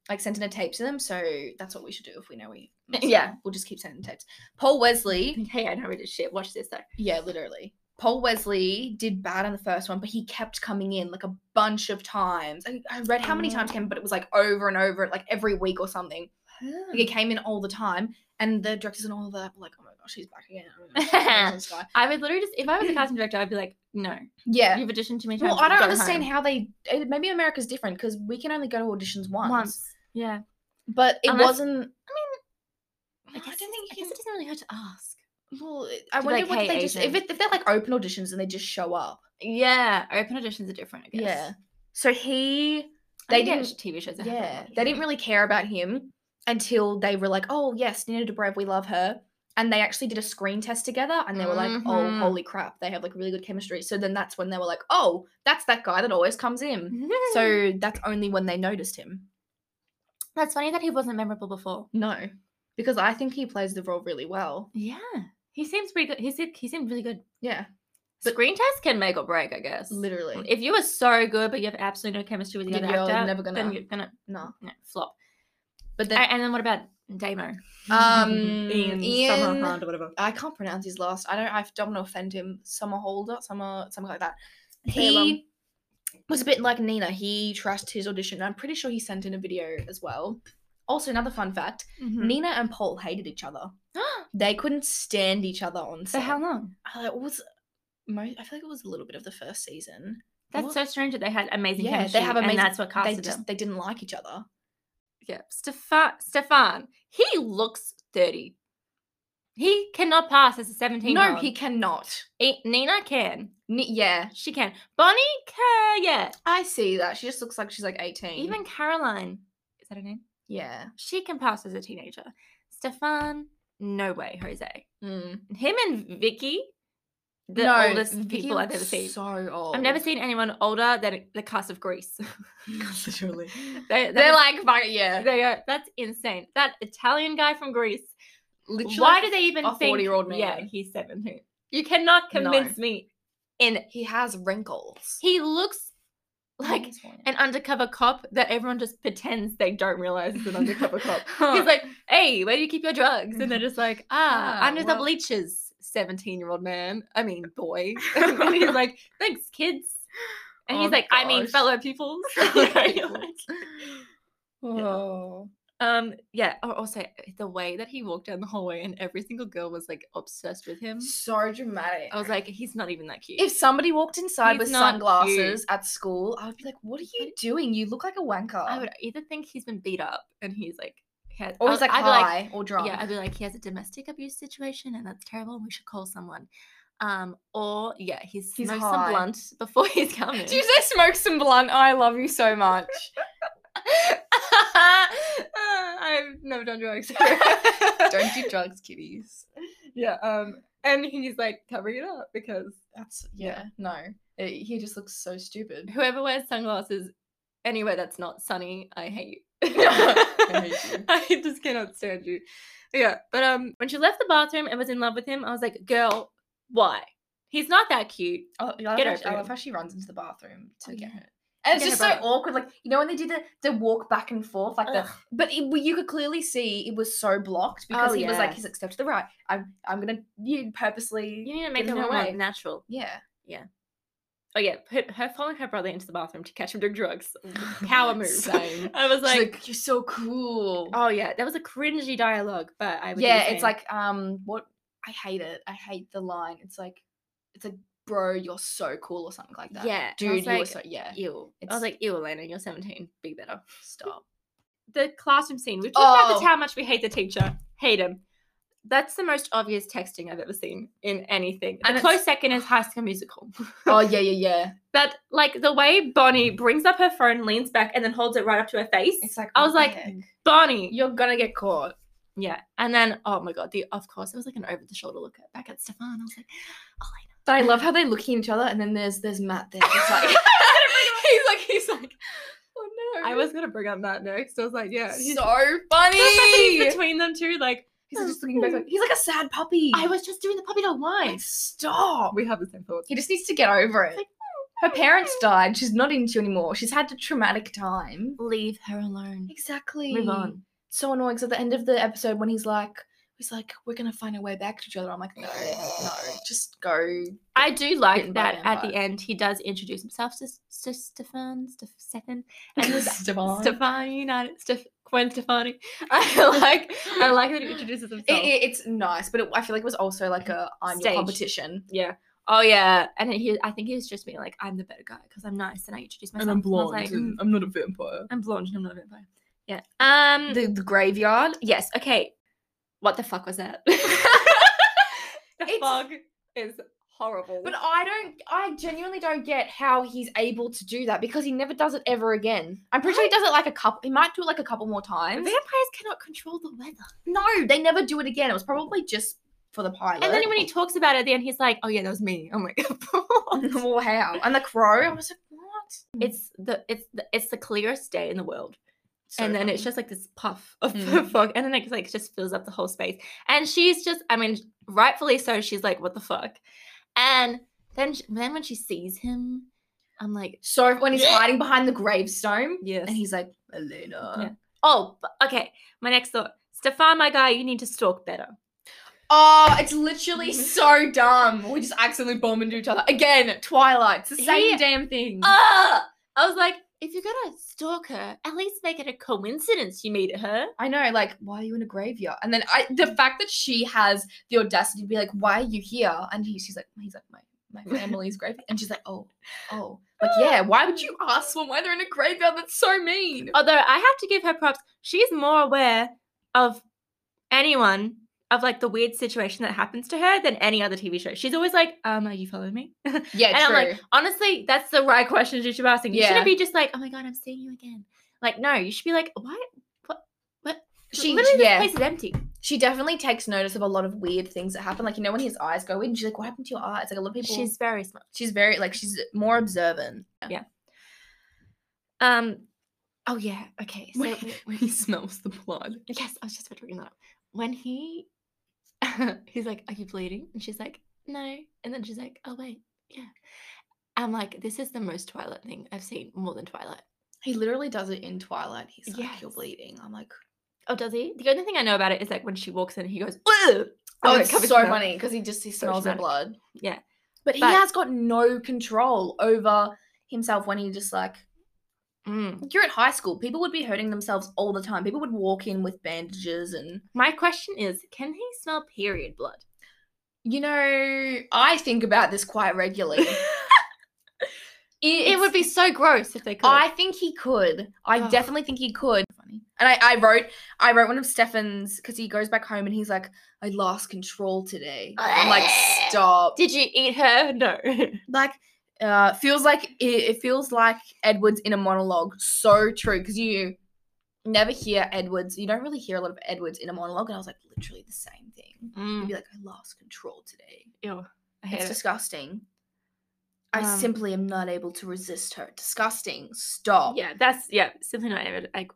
Speaker 1: like sent in a tape to them. So that's what we should do if we know we. mess up.
Speaker 2: Yeah.
Speaker 1: we'll just keep sending tapes. Paul Wesley.
Speaker 2: hey, I know we did shit. Watch this though.
Speaker 1: Yeah, literally. Paul Wesley did bad on the first one, but he kept coming in like a bunch of times. I, I read how many times he came, but it was like over and over, like every week or something.
Speaker 2: Oh.
Speaker 1: Like he came in all the time, and the directors and all that were like, "Oh my gosh, he's back again." Oh my gosh, he's back on this guy."
Speaker 2: I would literally just if I was a casting director, I'd be like, no,
Speaker 1: yeah.
Speaker 2: you've auditioned too many times.
Speaker 1: Well, I don't understand how they. It, maybe America's different because we can only go to auditions once.
Speaker 2: Once. Yeah.
Speaker 1: but it
Speaker 2: Unless-
Speaker 1: wasn't.
Speaker 2: I,
Speaker 1: I
Speaker 2: guess,
Speaker 1: don't think
Speaker 2: I
Speaker 1: you
Speaker 2: guess it doesn't really hurt to ask.
Speaker 1: Well, it- I
Speaker 2: Be
Speaker 1: wonder
Speaker 2: like,
Speaker 1: what
Speaker 2: "Hey,
Speaker 1: they just if,
Speaker 2: agent."
Speaker 1: it, if they're like open auditions and they just show up.
Speaker 2: Yeah, open auditions are different. I guess.
Speaker 1: Yeah. So he
Speaker 2: They
Speaker 1: They
Speaker 2: did
Speaker 1: didn't-
Speaker 2: TV shows. that have that
Speaker 1: Yeah,
Speaker 2: one.
Speaker 1: they didn't really care about him until they were like, "Oh yes, Nina Dobrev, we love her," and they actually did a screen test together, and they were like, "Oh
Speaker 2: Mhm.
Speaker 1: holy crap, they have like really good chemistry." So then that's when they were like, "Oh, that's that guy that always comes in." So that's only when they noticed him.
Speaker 2: that's funny that he wasn't memorable before.
Speaker 1: No, because I think he plays the role really well.
Speaker 2: Yeah, he seems pretty good. He seemed he seemed really good.
Speaker 1: Yeah, But-
Speaker 2: Screen test can make or break, I guess.
Speaker 1: literally.
Speaker 2: If you are so good, but you have absolutely no chemistry with the
Speaker 1: Then
Speaker 2: other
Speaker 1: you're
Speaker 2: actor,
Speaker 1: never gonna-
Speaker 2: then you're gonna
Speaker 1: no,
Speaker 2: no, flop.
Speaker 1: but
Speaker 2: A-
Speaker 1: then
Speaker 2: and then what about Damo?
Speaker 1: Um,
Speaker 2: Ian,
Speaker 1: Ian-
Speaker 2: Somerhalder, whatever.
Speaker 1: I can't pronounce his last. I don't. I don't want to offend him. Summer Holder, Summer, something like that.
Speaker 2: Play along.
Speaker 1: He um, was a bit like Nina. He trashed his audition. I'm pretty sure he sent in a video as well. Also, another fun fact:
Speaker 2: Mhm.
Speaker 1: Nina and Paul hated each other. They couldn't stand each other on
Speaker 2: so
Speaker 1: set.
Speaker 2: how long?
Speaker 1: Uh, it was mo- I feel like it was a little bit of the first season.
Speaker 2: That's
Speaker 1: What?
Speaker 2: so strange that they had amazing
Speaker 1: Yeah, they
Speaker 2: chemistry.
Speaker 1: have
Speaker 2: and
Speaker 1: amazing-
Speaker 2: that's what
Speaker 1: They
Speaker 2: casted them.
Speaker 1: just they didn't like each other.
Speaker 2: Yeah, Stefan. Stefan. He looks thirty. He cannot pass as a seventeen. E,
Speaker 1: No, he cannot.
Speaker 2: Nina can.
Speaker 1: Ni- yeah,
Speaker 2: She can. Bonnie can. Yeah.
Speaker 1: I see that. She just looks like she's like eighteen.
Speaker 2: Even Caroline. Is that her name?
Speaker 1: yeah.
Speaker 2: She can pass as a teenager. Stefan. No way, Jose.
Speaker 1: Mm.
Speaker 2: Him and Vicky. The
Speaker 1: No,
Speaker 2: oldest
Speaker 1: Vicky
Speaker 2: people I've
Speaker 1: looks
Speaker 2: ever seen.
Speaker 1: So old.
Speaker 2: I've never seen anyone older than the cast of Greece.
Speaker 1: Literally.
Speaker 2: they,
Speaker 1: They're like, fuck, yeah.
Speaker 2: they go, that's insane. That Italian guy from Greece
Speaker 1: Literally.
Speaker 2: Why
Speaker 1: like
Speaker 2: do they even
Speaker 1: a
Speaker 2: think?
Speaker 1: 40-year-old
Speaker 2: Yeah,
Speaker 1: man.
Speaker 2: he's seventeen. You cannot
Speaker 1: No.
Speaker 2: convince me. In
Speaker 1: He has wrinkles.
Speaker 2: he looks like
Speaker 1: Wrinkles on him.
Speaker 2: an undercover cop that everyone just pretends they don't realize is an undercover cop.
Speaker 1: Huh.
Speaker 2: He's like, "Hey, where do you keep your drugs?" And they're just like, "Ah,
Speaker 1: Ah,
Speaker 2: under the
Speaker 1: well-
Speaker 2: bleachers, seventeen-year-old man. I mean, boy." and he's like, "Thanks, kids." And
Speaker 1: Oh
Speaker 2: he's
Speaker 1: my
Speaker 2: like, "I mean,
Speaker 1: gosh.
Speaker 2: fellow pupils."
Speaker 1: oh.
Speaker 2: um, yeah. Or also eh, the way that he walked down the hallway and every single girl was like obsessed with him.
Speaker 1: So dramatic.
Speaker 2: I was like, he's not even that cute.
Speaker 1: if somebody walked inside
Speaker 2: He's
Speaker 1: with
Speaker 2: not cute.
Speaker 1: sunglasses at school, I would be like, "What are you doing? You look like a wanker."
Speaker 2: I would either think he's been beat up and he's like, he has,
Speaker 1: or
Speaker 2: I-
Speaker 1: he's like
Speaker 2: I'd be
Speaker 1: high or drunk.
Speaker 2: yeah, I'd be like, he has a domestic abuse situation and that's terrible and we should call someone. Um, or yeah, he's,
Speaker 1: He's
Speaker 2: smoked
Speaker 1: high.
Speaker 2: some blunt before he's coming.
Speaker 1: Do you say smoke some blunt? I love you so much.
Speaker 2: Ah, I've never done drugs.
Speaker 1: Don't do drugs, kiddies.
Speaker 2: yeah. Um, and he's like covering it up because
Speaker 1: That's yeah.
Speaker 2: Yeah.
Speaker 1: No, Uh, he just looks so stupid.
Speaker 2: whoever wears sunglasses anywhere that's not sunny, I hate you.
Speaker 1: I hate you.
Speaker 2: I just cannot stand you. Yeah, but um, when she left the bathroom and was in love with him, I was like, "Girl, why? He's not that cute."
Speaker 1: I love, how,
Speaker 2: Get
Speaker 1: she,
Speaker 2: over
Speaker 1: I
Speaker 2: it.
Speaker 1: love how she runs into the bathroom to
Speaker 2: Oh,
Speaker 1: get
Speaker 2: yeah.
Speaker 1: her. And it's
Speaker 2: Get
Speaker 1: just
Speaker 2: her
Speaker 1: so
Speaker 2: back.
Speaker 1: awkward, like you know when they did the, the walk back and forth, like the.
Speaker 2: Ugh.
Speaker 1: But it, well, you could clearly see it was so blocked because
Speaker 2: Oh,
Speaker 1: he was
Speaker 2: yeah.
Speaker 1: like, "He's like step to the right. I'm I'm gonna you purposely."
Speaker 2: You need to make
Speaker 1: Give
Speaker 2: it
Speaker 1: him
Speaker 2: more
Speaker 1: away.
Speaker 2: natural.
Speaker 1: Yeah.
Speaker 2: Oh yeah, her, her following her brother into the bathroom to catch him doing drugs. Power move.
Speaker 1: Same.
Speaker 2: I was
Speaker 1: She's like,
Speaker 2: like,
Speaker 1: you're so cool.
Speaker 2: "Oh yeah, that was a cringy dialogue." But I would do the
Speaker 1: yeah, it's
Speaker 2: same.
Speaker 1: like um, what I hate it. I hate the line. It's like, it's like, bro, you're so cool or something like that.
Speaker 2: Yeah, and I
Speaker 1: dude,
Speaker 2: was
Speaker 1: you were
Speaker 2: like,
Speaker 1: so yeah.
Speaker 2: ew. I
Speaker 1: it's-
Speaker 2: was like, "Ew, Elena, you're 17. Be better."
Speaker 1: Stop.
Speaker 2: the classroom scene. We've talked about
Speaker 1: Oh.
Speaker 2: this, how much we hate the teacher. Hate him. That's the most obvious texting I've ever seen in anything.
Speaker 1: And
Speaker 2: And a
Speaker 1: it's-
Speaker 2: close second is High School Musical.
Speaker 1: oh yeah, yeah, yeah.
Speaker 2: that like the way Bonnie brings up her phone, leans back, and then holds it right up to her face.
Speaker 1: It's like
Speaker 2: I
Speaker 1: what
Speaker 2: was
Speaker 1: the
Speaker 2: like,
Speaker 1: heck?
Speaker 2: Bonnie.
Speaker 1: you're gonna get caught.
Speaker 2: Yeah. And then oh my god, the of course it was like an over the shoulder look at, back at Stefan. I was like,
Speaker 1: But I love how they're looking at each other, and then there's there's Matt there. It's like he's like he's like, oh no.
Speaker 2: I was gonna bring up that next. I was like, yeah. He's,
Speaker 1: so
Speaker 2: he's
Speaker 1: funny.
Speaker 2: between them two, like
Speaker 1: He's just looking back like he's like a sad puppy.
Speaker 2: I was just doing the puppy dog
Speaker 1: like,
Speaker 2: wine.
Speaker 1: stop. oh,
Speaker 2: We have the same thoughts.
Speaker 1: He just needs to get over it.
Speaker 2: like,
Speaker 1: Her parents died. She's not into anymore. She's had a traumatic time.
Speaker 2: Leave her alone.
Speaker 1: Exactly.
Speaker 2: Move on.
Speaker 1: So annoying. So at the end of the episode, when he's like, he's like, we're gonna find our way back to each other. I'm like, no, no, just go.
Speaker 2: I do
Speaker 1: Bitten
Speaker 2: like
Speaker 1: by
Speaker 2: that at the
Speaker 1: vampire.
Speaker 2: end he does introduce himself to, S- to Stefan, Stef- Stefan, and this
Speaker 1: Stefan.
Speaker 2: Stefani, United, Stef- Gwen Stefani. I like, I like that he introduces himself.
Speaker 1: It, it- it's nice, but it, I feel like it was also like a I'm your
Speaker 2: Staged.
Speaker 1: competition.
Speaker 2: yeah. Oh yeah. And he, I think he was just being like, I'm the better guy because I'm nice and I introduce myself. I was like, "Mm,
Speaker 1: I'm not a vampire.
Speaker 2: I'm blonde and I'm not a vampire. Yeah. Um.
Speaker 1: Mm. The, the graveyard.
Speaker 2: yes. Okay. What the fuck was that? the
Speaker 1: It's-
Speaker 2: fog is horrible.
Speaker 1: But I don't. I genuinely don't get how he's able to do that because he never does it ever again. I'm pretty sure he does it like a couple. He might do it like a couple more times.
Speaker 2: vampires cannot control the weather.
Speaker 1: No, they never do it again. It was probably just for the pilot.
Speaker 2: And then when he talks about it at the end, he's like, "Oh yeah, that was me." I'm like,
Speaker 1: well, how? And the crow. I was like, what?
Speaker 2: "It's the it's the, it's the clearest day in the world."
Speaker 1: So
Speaker 2: and then it's
Speaker 1: funny.
Speaker 2: just like this puff of
Speaker 1: Mm.
Speaker 2: fog, and then it like just fills up the whole space. And she's just, I mean, rightfully so, she's like, "What the fuck?" And then sh- then when she sees him, I'm like,
Speaker 1: so when he's hiding behind the gravestone,
Speaker 2: "Yes."
Speaker 1: and he's like, Elena.
Speaker 2: Yeah. oh, but- okay. My next thought, Stefan, my guy, you need to stalk better.
Speaker 1: Oh, it's literally so dumb. We just accidentally bomb into each other again. Twilight. It's the same
Speaker 2: He-
Speaker 1: damn thing.
Speaker 2: Ah! I was like, if you're gonna stalk her, at least make it a coincidence you meet her.
Speaker 1: I know, like, why are you in a graveyard? And then I, the fact that she has the audacity to be like, "Why are you here?" and he, she's like, he's like, my, my family's graveyard. And she's like, oh, oh. Like, yeah, why would you ask someone why they're in a graveyard? That's so mean.
Speaker 2: Although I have to give her props, she's more aware of anyone of like the weird situation that happens to her than any other TV show. She's always like, um, are you following me? and
Speaker 1: Yeah,
Speaker 2: I'm
Speaker 1: true.
Speaker 2: like, honestly, that's the right question you should be asking. You
Speaker 1: Yeah.
Speaker 2: shouldn't be just like, oh my god, I'm seeing you again. Like, no, you should be like, what? What? What?
Speaker 1: She-
Speaker 2: literally
Speaker 1: yeah.
Speaker 2: this place is empty.
Speaker 1: she definitely takes notice of a lot of weird things that happen. Like, you know, when his eyes go in, she's like, what happened to your eyes? Like, a lot of people.
Speaker 2: She's very smart.
Speaker 1: she's very, like, she's more observant.
Speaker 2: Um. Oh yeah. Okay. So
Speaker 1: When-
Speaker 2: w-
Speaker 1: when he smells the blood.
Speaker 2: yes, I was just about to bring that up. When he, he's like, "Are you bleeding?" And she's like, "No." And then she's like, "Oh wait, yeah." I'm like, "This is the most Twilight thing I've seen, more than Twilight."
Speaker 1: He literally does it in Twilight. He's like, you're
Speaker 2: Yes.
Speaker 1: bleeding. I'm like,
Speaker 2: Oh, does he? The only thing I know about it is like when she walks in, he goes, "Ugh."
Speaker 1: oh,
Speaker 2: and it
Speaker 1: it's
Speaker 2: covers
Speaker 1: so
Speaker 2: his mouth.
Speaker 1: funny because he just he
Speaker 2: So
Speaker 1: smells the
Speaker 2: dramatic.
Speaker 1: blood.
Speaker 2: Yeah.
Speaker 1: But he
Speaker 2: But-
Speaker 1: has got no control over himself when he just like
Speaker 2: Mm.
Speaker 1: you're at high school. People would be hurting themselves all the time. People would walk in with bandages and
Speaker 2: My question is, can he smell period blood?
Speaker 1: you know, I think about this quite regularly.
Speaker 2: it, it would be so gross if they could.
Speaker 1: I think he could. I
Speaker 2: Ugh.
Speaker 1: definitely think he could. Funny. And I, I wrote I wrote one of Stefan's because he goes back home and he's like, I lost control today. I'm like, stop.
Speaker 2: Did you eat her? No.
Speaker 1: like uh feels like it, it feels like edwards in a monologue so true because you never hear edwards you don't really hear a lot of edwards in a monologue and i was like literally the same thing you'd
Speaker 2: Mm.
Speaker 1: be like i lost control today
Speaker 2: Ew. I hate
Speaker 1: it's
Speaker 2: it.
Speaker 1: disgusting i
Speaker 2: Um,
Speaker 1: simply am not able to resist her disgusting stop
Speaker 2: Yeah, that's yeah, simply not ever. I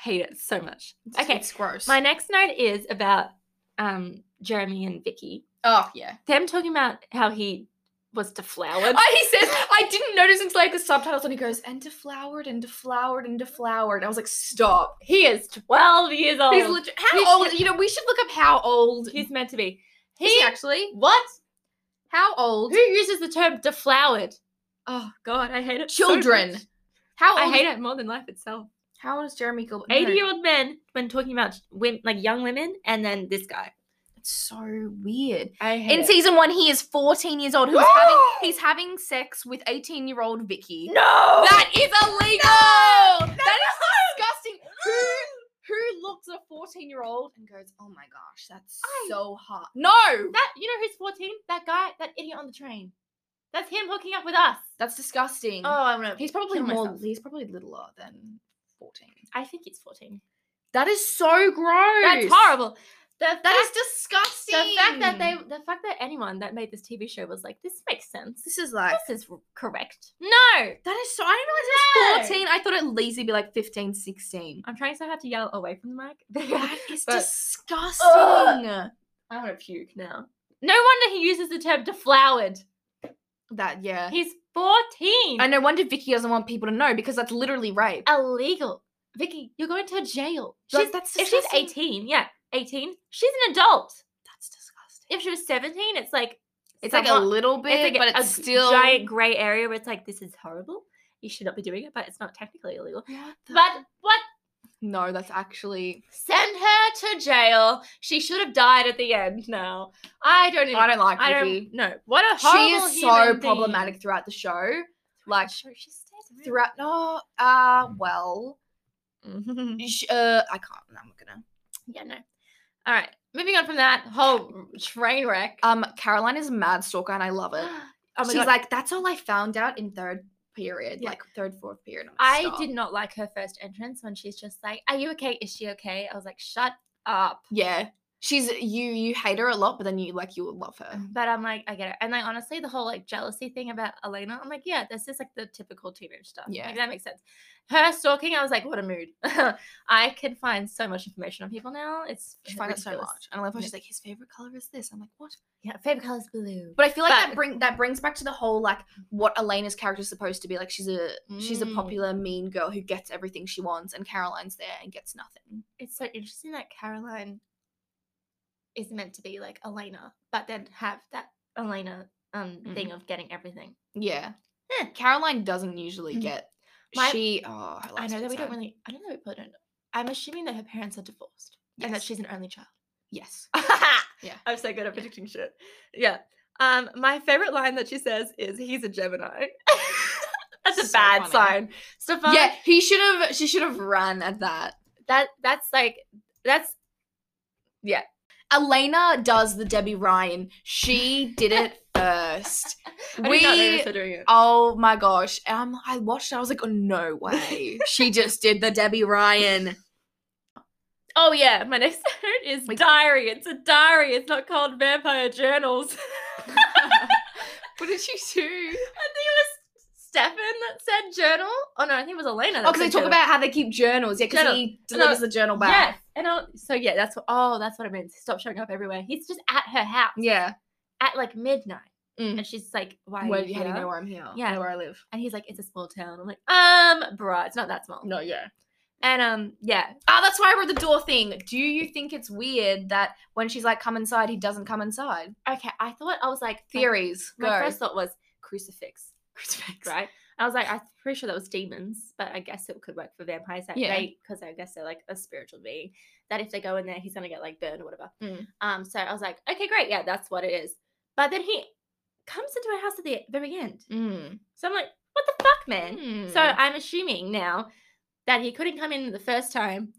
Speaker 2: hate it so much.
Speaker 1: It's-
Speaker 2: Okay,
Speaker 1: it's gross
Speaker 2: my next note is about um Jeremy and Vicky.
Speaker 1: oh yeah
Speaker 2: Them talking about how he was deflowered.
Speaker 1: oh, he says i didn't notice until like the subtitles and he goes and deflowered and deflowered and deflowered i was like stop
Speaker 2: he is twelve years old.
Speaker 1: he's
Speaker 2: He's,
Speaker 1: legit how old you know we should look up how old
Speaker 2: meant to be. He,
Speaker 1: Is he actually?
Speaker 2: what?
Speaker 1: How old?
Speaker 2: Who uses the term deflowered?
Speaker 1: Oh,
Speaker 2: God, I hate it. Oh,
Speaker 1: Children. how
Speaker 2: I
Speaker 1: old?
Speaker 2: hate it more than life itself.
Speaker 1: How old is Jeremy Gilbert? No,
Speaker 2: Eighty-year-old men when talking about women, like young women, and then this guy.
Speaker 1: It's so weird.
Speaker 2: I
Speaker 1: In season one, he is 14 years old. Who's having? He's having sex with 18 year old Vicky.
Speaker 2: no. That
Speaker 1: That is illegal. that is disgusting. Who who looks at a 14 year old and goes, "Oh my gosh, that's
Speaker 2: I-
Speaker 1: so hot." No,
Speaker 2: That you know who's 14? That guy, that idiot on the train. That's him hooking up with us.
Speaker 1: that's disgusting.
Speaker 2: I'm gonna.
Speaker 1: he's probably
Speaker 2: Oh, kill
Speaker 1: more.
Speaker 2: myself.
Speaker 1: He's probably littler than 14.
Speaker 2: I think he's 14.
Speaker 1: That is so gross.
Speaker 2: That's horrible. The fact,
Speaker 1: That is disgusting.
Speaker 2: the fact that they, the fact that anyone that made this TV show was like, this makes sense.
Speaker 1: This is like
Speaker 2: This is r- correct. No,
Speaker 1: that is so. I didn't realize it was
Speaker 2: No.
Speaker 1: fourteen. I thought at least it'd be like 15, 16.
Speaker 2: I'm trying so hard to yell away from the mic.
Speaker 1: That is
Speaker 2: But-
Speaker 1: disgusting.
Speaker 2: I'm gonna puke now. No wonder he uses the term deflowered.
Speaker 1: That yeah.
Speaker 2: He's 14.
Speaker 1: And no wonder Vicky doesn't want people to know because that's literally rape.
Speaker 2: illegal. Vicky, you're going to jail.
Speaker 1: Like,
Speaker 2: She's,
Speaker 1: that's
Speaker 2: if she's
Speaker 1: disgusting.
Speaker 2: 18, yeah, 18, she's an adult.
Speaker 1: That's disgusting.
Speaker 2: if she was 17, it's like
Speaker 1: It's like a
Speaker 2: somewhat-
Speaker 1: little bit,
Speaker 2: it's like
Speaker 1: but
Speaker 2: a
Speaker 1: it's
Speaker 2: g-
Speaker 1: still
Speaker 2: giant gray area where it's like this is horrible. You should not be doing it, but it's not technically illegal.
Speaker 1: What the-
Speaker 2: But what?
Speaker 1: no, that's actually.
Speaker 2: Send her to jail. She should have died at the end. Now I don't even.
Speaker 1: I don't like
Speaker 2: I
Speaker 1: Vicky.
Speaker 2: don't know. What a
Speaker 1: She
Speaker 2: horrible
Speaker 1: is
Speaker 2: human
Speaker 1: so
Speaker 2: being.
Speaker 1: problematic throughout the show. Like
Speaker 2: Sure, she stays
Speaker 1: throughout, no, uh, well,
Speaker 2: around.
Speaker 1: sh- uh, I can't. no, I'm not gonna.
Speaker 2: yeah, no. All right, moving on from that whole train wreck.
Speaker 1: Um, Caroline is a mad stalker, and I love it.
Speaker 2: oh my
Speaker 1: She's
Speaker 2: god,
Speaker 1: like, that's all I found out in third period,
Speaker 2: Yeah.
Speaker 1: like third, fourth period. I'm like,
Speaker 2: I
Speaker 1: "Stop."
Speaker 2: did not like her first entrance when she's just like, "Are you okay? Is she okay?" I was like, "Shut up."
Speaker 1: Yeah, she's you. You hate her a lot, but then you like you love her.
Speaker 2: But I'm like, I get it. And like honestly, the whole like jealousy thing about Elena, I'm like, yeah, this is like the typical teenage stuff.
Speaker 1: Yeah.
Speaker 2: Like that makes sense. Her stalking, I was like, what a mood. I can find so much information on people now. It's
Speaker 1: She finds out so
Speaker 2: ridiculous.
Speaker 1: much, and I love how
Speaker 2: Yeah.
Speaker 1: she's like, his favorite color is this. I'm like, what?
Speaker 2: Yeah, favorite color is blue.
Speaker 1: But I feel like that
Speaker 2: But-
Speaker 1: bring that brings back to the whole like what Elena's character is supposed to be. Like she's a she's a
Speaker 2: Mm.
Speaker 1: popular mean girl who gets everything she wants, and Caroline's there and gets nothing.
Speaker 2: It's so interesting that Caroline is meant to be like Elena, but then have that Elena um thing
Speaker 1: Mm-hmm.
Speaker 2: of getting everything.
Speaker 1: Yeah,
Speaker 2: Eh.
Speaker 1: Caroline doesn't usually
Speaker 2: Mm.
Speaker 1: get.
Speaker 2: My-
Speaker 1: she oh, I,
Speaker 2: I
Speaker 1: lost
Speaker 2: know
Speaker 1: it,
Speaker 2: that we don't
Speaker 1: sorry.
Speaker 2: really I don't know that we put it. I'm assuming that her parents are divorced. And that
Speaker 1: Yes.
Speaker 2: she's an only child.
Speaker 1: Yes.
Speaker 2: yeah.
Speaker 1: Yeah.
Speaker 2: I'm so good at predicting shit. Yeah. Um, my favorite line that she says is, "He's a Gemini." that's a
Speaker 1: So
Speaker 2: bad
Speaker 1: funny.
Speaker 2: sign, Stefan.
Speaker 1: yeah, he should have. She should have ran at that.
Speaker 2: that that's like that's
Speaker 1: Elena does the Debbie Ryan. She did it first.
Speaker 2: we
Speaker 1: we.
Speaker 2: are doing it.
Speaker 1: Oh my gosh! And I'm, I watched. it, I was like, oh, no way. she just did the Debbie Ryan.
Speaker 2: Oh yeah, my next note is
Speaker 1: Wait.
Speaker 2: diary. It's a diary. It's not called Vampire Journals.
Speaker 1: What did she do?
Speaker 2: I think it was Stefan that said journal. Oh no, I think it was Elena. That
Speaker 1: Oh, because they
Speaker 2: said
Speaker 1: talk
Speaker 2: journal.
Speaker 1: about how they keep journals. Yeah, because
Speaker 2: Journal.
Speaker 1: he
Speaker 2: No,
Speaker 1: delivers the journal back.
Speaker 2: Yes, and I'll, so yeah, that's what. Oh, that's what it means. Stop showing up everywhere. He's just at her house
Speaker 1: Yeah.
Speaker 2: at like midnight,
Speaker 1: Mm.
Speaker 2: and she's like, "Why
Speaker 1: Where
Speaker 2: are
Speaker 1: Where
Speaker 2: you
Speaker 1: how do you
Speaker 2: here?"
Speaker 1: know where I'm here?
Speaker 2: Yeah.
Speaker 1: Know where I live.
Speaker 2: And he's like, "It's a small town." I'm like, "Um, bruh, it's not that small."
Speaker 1: No, yeah.
Speaker 2: And um, yeah,
Speaker 1: Ah, that's why I wrote the door thing. Do you think it's weird that when she's like, come inside, he doesn't come inside?
Speaker 2: okay. I thought I was like my-
Speaker 1: Theories.
Speaker 2: My,
Speaker 1: go.
Speaker 2: first thought was crucifix,
Speaker 1: Crucifix.
Speaker 2: right? I was like, I'm pretty sure that was demons, but I guess it could work for vampires. That
Speaker 1: Yeah.
Speaker 2: they, because I guess they're like a spiritual being. That if they go in there, he's gonna get like burned or whatever.
Speaker 1: Mm.
Speaker 2: Um, so I was like, okay, great, yeah, that's what it is. But then he comes into her house at the very end.
Speaker 1: Mm.
Speaker 2: So I'm like, what the fuck, man? So
Speaker 1: Mm.
Speaker 2: I'm assuming now that he couldn't come in the first time.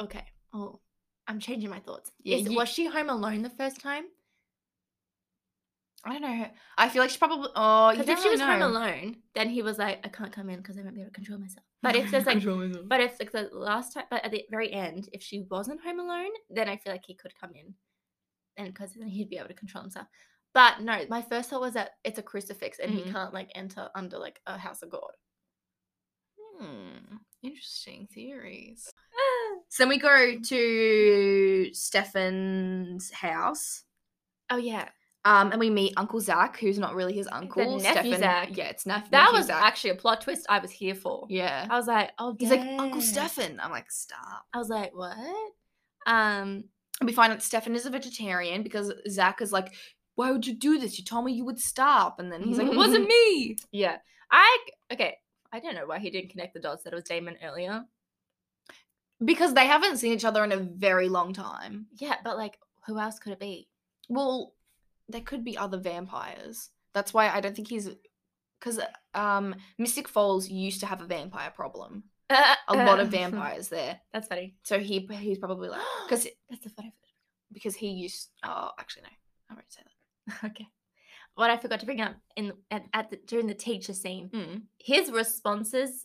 Speaker 2: Okay. Oh, I'm changing my thoughts.
Speaker 1: Yeah,
Speaker 2: Is-
Speaker 1: you-
Speaker 2: Was she home alone the first time?
Speaker 1: I don't know. I feel like she probably. Oh, you
Speaker 2: Because
Speaker 1: don't
Speaker 2: if she
Speaker 1: really
Speaker 2: was home
Speaker 1: know.
Speaker 2: alone, then he was like, I can't come in because I won't be able to control myself. But if there's like, but if like the last time, but at the very end, if she wasn't home alone, then I feel like he could come in, and because then he'd be able to control himself. But no, my first thought was that it's a crucifix and he
Speaker 1: Mhm.
Speaker 2: can't like enter under like a house of God.
Speaker 1: Hmm. Interesting theories. So then we go to Stefan's house.
Speaker 2: Oh yeah,
Speaker 1: Um, and we meet Uncle Zach, who's not really his uncle.
Speaker 2: nephew
Speaker 1: Stefan-
Speaker 2: Zach.
Speaker 1: Yeah, it's nephew.
Speaker 2: That
Speaker 1: nephew
Speaker 2: was
Speaker 1: Zach.
Speaker 2: actually a plot twist I was here for.
Speaker 1: Yeah.
Speaker 2: I was like, oh,
Speaker 1: He's like Uncle
Speaker 2: damn."
Speaker 1: Stefan. I'm like, stop.
Speaker 2: I was like, what? Um,
Speaker 1: And we find out Stefan is a vegetarian because Zach is like, why would you do this? You told me you would stop. And then he's like, it wasn't me.
Speaker 2: yeah. I okay. I don't know why he didn't connect the dots that it was Damon earlier.
Speaker 1: Because they haven't seen each other in a very long time.
Speaker 2: Yeah, but like, who else could it be?
Speaker 1: Well, there could be other vampires. That's why I don't think he's. Because um, Mystic Falls used to have a vampire problem, a lot
Speaker 2: Uh,
Speaker 1: of vampires there.
Speaker 2: That's funny.
Speaker 1: So he he's probably like because
Speaker 2: that's the funny.
Speaker 1: because he used oh actually no I won't say that.
Speaker 2: Okay. What I forgot to bring up in at, at the, during the teacher scene,
Speaker 1: Hmm.
Speaker 2: his responses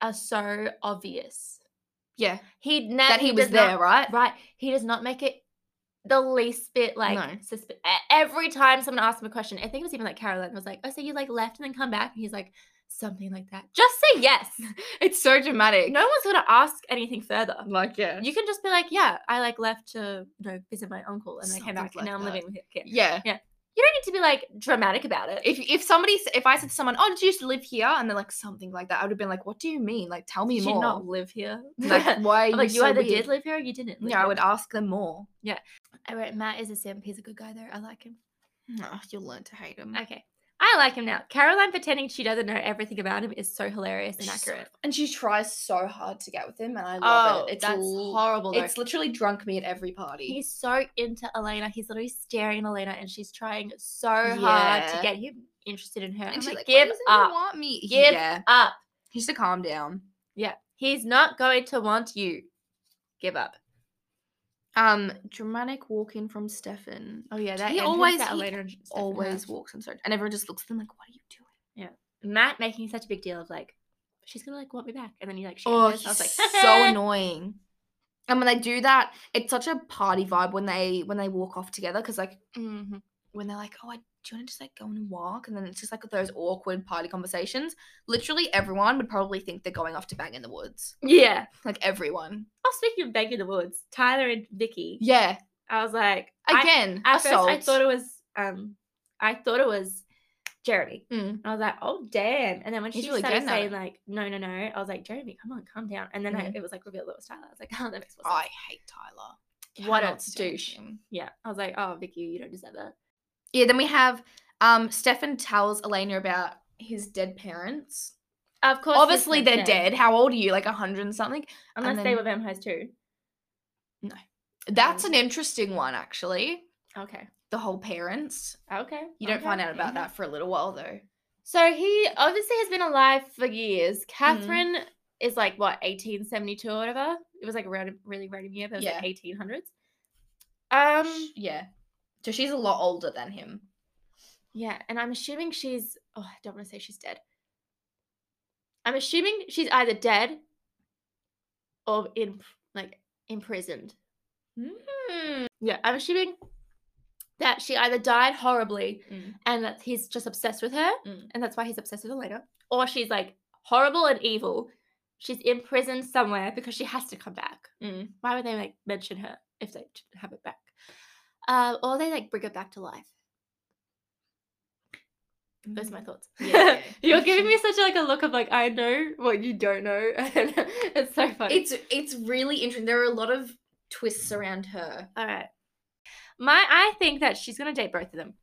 Speaker 2: are so obvious.
Speaker 1: Yeah,
Speaker 2: He ne-
Speaker 1: that he, was
Speaker 2: does not-
Speaker 1: there, right?
Speaker 2: Right. He does not make it the least bit like
Speaker 1: No.
Speaker 2: susp- e- every time someone asks him a question. I think it was even like Caroline was like, "Oh, so you like left and then come back?" And he's like, "Something like that." Just say yes.
Speaker 1: It's so dramatic.
Speaker 2: no one's gonna ask anything further.
Speaker 1: like yeah,
Speaker 2: You can just be like, "Yeah, I like left to you know visit my uncle and I came
Speaker 1: Something
Speaker 2: back
Speaker 1: like
Speaker 2: and now I'm
Speaker 1: that.
Speaker 2: living with him." Yeah.
Speaker 1: yeah.
Speaker 2: You don't need to be like dramatic about it.
Speaker 1: If if somebody s- if I said to someone, oh, did you used to live here? And they're like something like that, I would have been like, what do you mean? Like tell me
Speaker 2: Did you
Speaker 1: more.
Speaker 2: not live here?
Speaker 1: Like why are
Speaker 2: I'm
Speaker 1: you
Speaker 2: like you
Speaker 1: so
Speaker 2: either
Speaker 1: weird?
Speaker 2: did live here or you didn't. live
Speaker 1: yeah, I
Speaker 2: here.
Speaker 1: would ask them more.
Speaker 2: I wrote Matt is a simp. He's a good guy though. I like him.
Speaker 1: Oh, you'll learn to hate them.
Speaker 2: Okay. I like him now. Caroline pretending she doesn't know everything about him is so hilarious and
Speaker 1: She's so
Speaker 2: accurate.
Speaker 1: And she tries so hard to get with him, and I love
Speaker 2: Oh,
Speaker 1: it. It's
Speaker 2: that's
Speaker 1: l-
Speaker 2: horrible, though.
Speaker 1: It's literally drunk me at every party.
Speaker 2: He's so into Elena. He's literally staring at Elena and she's trying so hard to
Speaker 1: Yeah.
Speaker 2: get him interested in her. I'm
Speaker 1: and she's like,
Speaker 2: like,
Speaker 1: "Why
Speaker 2: give
Speaker 1: doesn't he
Speaker 2: up.
Speaker 1: want me?
Speaker 2: Give
Speaker 1: yeah,
Speaker 2: Up.
Speaker 1: he needs to calm down.
Speaker 2: Yeah. He's not going to want you. Give up.
Speaker 1: Um, dramatic walk in from Stefan.
Speaker 2: Oh yeah, that
Speaker 1: He
Speaker 2: entrance
Speaker 1: always-
Speaker 2: that
Speaker 1: he
Speaker 2: Elena and Stefan had.
Speaker 1: Always walks in so, and everyone just looks at them like, "What are you doing?"
Speaker 2: Matt making such a big deal of like, she's gonna like want me back. And then you like shake
Speaker 1: Oh,
Speaker 2: hands. I was like,
Speaker 1: so annoying. And when they do that, it's such a party vibe when they when they walk off together because like
Speaker 2: hmm
Speaker 1: when they're like, "Oh, I, do you want to just like go and walk?" And then it's just like those awkward party conversations. Literally, everyone would probably think they're going off to bang in the woods.
Speaker 2: Yeah.
Speaker 1: Like everyone.
Speaker 2: Oh, speaking of Bank in the Woods, Tyler and Vicky.
Speaker 1: Yeah.
Speaker 2: I was like, I-
Speaker 1: Again,
Speaker 2: At
Speaker 1: assault.
Speaker 2: first, I thought it was um, I thought it was Jeremy.
Speaker 1: Mm.
Speaker 2: And I was like, oh damn! And then when
Speaker 1: He's
Speaker 2: she
Speaker 1: really
Speaker 2: started
Speaker 1: good at
Speaker 2: saying
Speaker 1: it.
Speaker 2: like, no, no, no, I was like, Jeremy, come on, calm down. And then I,
Speaker 1: Mhm.
Speaker 2: it was like revealed that it was Tyler. I was like, oh, that makes more
Speaker 1: I
Speaker 2: sense.
Speaker 1: hate Tyler.
Speaker 2: What
Speaker 1: Cannot
Speaker 2: a
Speaker 1: stand
Speaker 2: douche.
Speaker 1: him.
Speaker 2: Yeah, I was like, oh, Vicky, you don't deserve that.
Speaker 1: Yeah, then we have um Stefan tells Elena about his dead parents.
Speaker 2: Of course, he's
Speaker 1: Obviously
Speaker 2: not
Speaker 1: they're dead. How old are you? Like a hundred and something?
Speaker 2: Unless they
Speaker 1: then-
Speaker 2: were vampires too.
Speaker 1: That's
Speaker 2: Um,
Speaker 1: an interesting one, actually.
Speaker 2: Okay.
Speaker 1: the whole parents.
Speaker 2: Okay.
Speaker 1: You don't find out about that for a little while though.
Speaker 2: So he obviously has been alive for
Speaker 1: Mm-hmm.
Speaker 2: years. Catherine is like what 1872 or whatever. It was like a random, really random year, but it was like 1800s. Um.
Speaker 1: yeah. So she's a lot older than him.
Speaker 2: Yeah, and I'm assuming she's. Oh, I don't want to say she's dead. I'm assuming she's either dead or in like imprisoned. Yeah, I'm assuming that she either died horribly
Speaker 1: Mm.
Speaker 2: and that he's just obsessed with her,
Speaker 1: Mm.
Speaker 2: and that's why he's obsessed with Elena, or she's like horrible and evil. She's imprisoned somewhere because she has to come back.
Speaker 1: Mm.
Speaker 2: Why would they like mention her if they didn't have it back? Uh, or they like bring her back to life. Those are my thoughts.
Speaker 1: Mm. Yeah,
Speaker 2: You're
Speaker 1: yeah.
Speaker 2: giving me such like a look of like I know what you don't know. it's so funny.
Speaker 1: It's it's really interesting. There are a lot of twists around her.
Speaker 2: all right. My I think that she's gonna date both of them,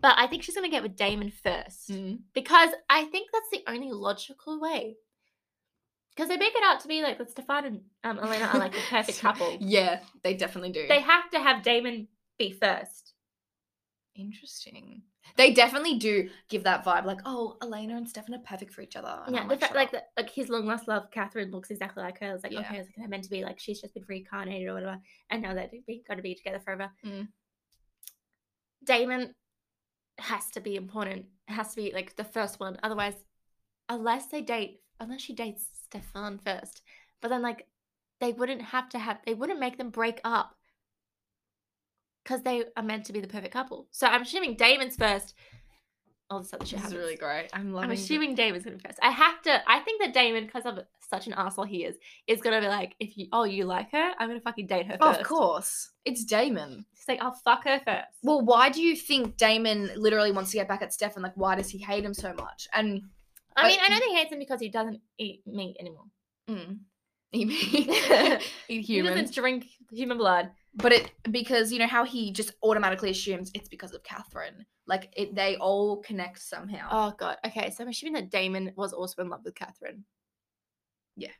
Speaker 2: but I think she's gonna get with Damon first because I think that's the only logical way. Because they make it out to be like that Stefan and um, Elena are like the perfect couple.
Speaker 1: Yeah, they definitely do.
Speaker 2: They have to have Damon be first.
Speaker 1: Interesting. They definitely do give that vibe, like, oh, Elena and Stefan are perfect for each other. and
Speaker 2: Yeah,
Speaker 1: I'm
Speaker 2: the fact
Speaker 1: "Shut
Speaker 2: like
Speaker 1: up."
Speaker 2: the, like his long lost love, Catherine looks exactly like her. It's like
Speaker 1: Yeah.
Speaker 2: okay, it's like, they're meant to be like she's just been reincarnated or whatever, and now they're going to be together forever.
Speaker 1: Mm.
Speaker 2: Damon has to be important. Has to be like the first one. Otherwise, unless they date, unless she dates Stefan first, but then like they wouldn't have to have. They wouldn't make them break up because they are meant to be the perfect couple. So I'm assuming Damon's first. All this other shit
Speaker 1: this is
Speaker 2: happens.
Speaker 1: really great. I'm loving.
Speaker 2: I'm
Speaker 1: the-
Speaker 2: assuming Damon's gonna be first. I have to. I think that Damon, because of such an asshole he is, is gonna be like, if you, oh, you like her, I'm gonna fucking date her
Speaker 1: Oh,
Speaker 2: first.
Speaker 1: of course, it's Damon.
Speaker 2: He's like, I'll fuck her first.
Speaker 1: Well, why do you think Damon literally wants to get back at Stefan? Like, why does he hate him so much? And
Speaker 2: I
Speaker 1: I-
Speaker 2: mean, I know he hates him because he doesn't eat meat anymore.
Speaker 1: mm, human,
Speaker 2: He doesn't drink human blood.
Speaker 1: but it because you know how he just automatically assumes it's because of Catherine. Like, it they all connect somehow.
Speaker 2: Oh god. Okay, so I'm assuming that Damon was also in love with Catherine.
Speaker 1: Yeah.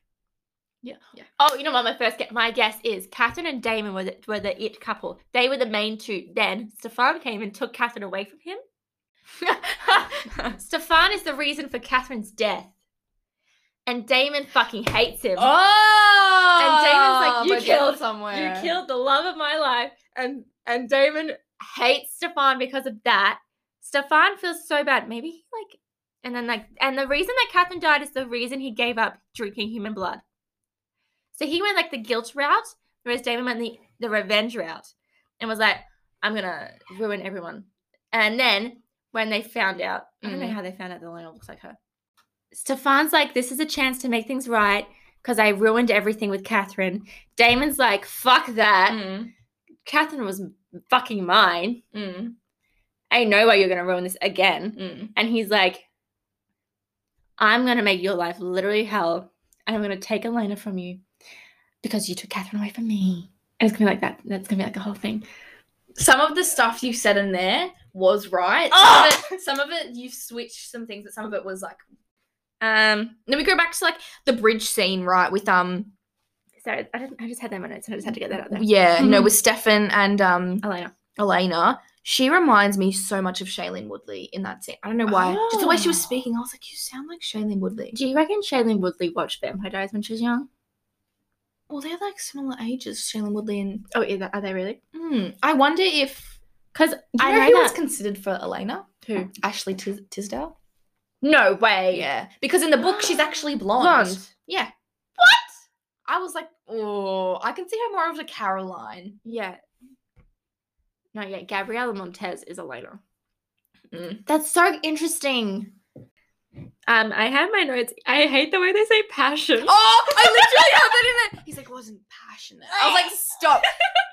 Speaker 2: Yeah.
Speaker 1: Yeah.
Speaker 2: Oh, you know what? My first guess, my guess is Catherine and Damon were the, were the it couple. They were the main two. Then Stefan came and took Catherine away from him. Stefan is the reason for Catherine's death. And Damon fucking hates him.
Speaker 1: Oh,
Speaker 2: And Damon's like, "You
Speaker 1: my God,
Speaker 2: killed-
Speaker 1: somewhere.
Speaker 2: You killed the love of my life. And and Damon hates Stefan because of that. Stefan feels so bad. Maybe he like and then like and the reason that Catherine died is the reason he gave up drinking human blood. So he went like the guilt route, whereas Damon went the, the revenge route and was like, I'm gonna ruin everyone. And then when they found out, I don't know
Speaker 1: Mm.
Speaker 2: how they found out that Lena looks like her. Stefan's like, this is a chance to make things right because I ruined everything with Catherine. Damon's like, fuck that.
Speaker 1: Mm,
Speaker 2: Catherine was m- fucking mine.
Speaker 1: mm,
Speaker 2: I know why you're gonna ruin this again.
Speaker 1: mm.
Speaker 2: And he's like, I'm gonna make your life literally hell, and I'm gonna take Elena from you because you took Catherine away from me. And it's gonna be like that. That's gonna be like a whole thing.
Speaker 1: Some of the stuff you said in there was right.
Speaker 2: Oh!
Speaker 1: Some, of it, some of it you switched some things, but some of it was like.
Speaker 2: Um,
Speaker 1: Let me go back to like the bridge scene, right? With um,
Speaker 2: sorry, I, didn't, I just had that in my notes, and I just had to get that out there.
Speaker 1: yeah, no,
Speaker 2: Mhm.
Speaker 1: with Stefan and um
Speaker 2: Elena.
Speaker 1: Elena. She reminds me so much of Shailene Woodley in that scene. I don't know why. Just the way she was
Speaker 2: Oh.
Speaker 1: speaking, I was like, you sound like Shailene Woodley.
Speaker 2: Do you reckon Shailene Woodley watched Vampire Diaries when she was young?
Speaker 1: Well, they're like similar ages, Shailene Woodley and.
Speaker 2: Oh, yeah, are they really?
Speaker 1: Hmm. I wonder if
Speaker 2: Because
Speaker 1: You
Speaker 2: I
Speaker 1: know,
Speaker 2: know
Speaker 1: who
Speaker 2: that.
Speaker 1: was considered for Elena?
Speaker 2: Who?
Speaker 1: Ashley Tis- Tisdale.
Speaker 2: No way.
Speaker 1: Yeah, because in the book she's actually blonde.
Speaker 2: Blonde.
Speaker 1: Yeah. What? I was like, oh, I can see her more of a Caroline.
Speaker 2: Yeah. No, yeah, Gabriela Montez is Elena.
Speaker 1: Mm.
Speaker 2: That's so interesting. Um, I have my notes. I hate the way they say passion.
Speaker 1: Oh, I literally have that in it. He's like, wasn't passionate. I was like, stop.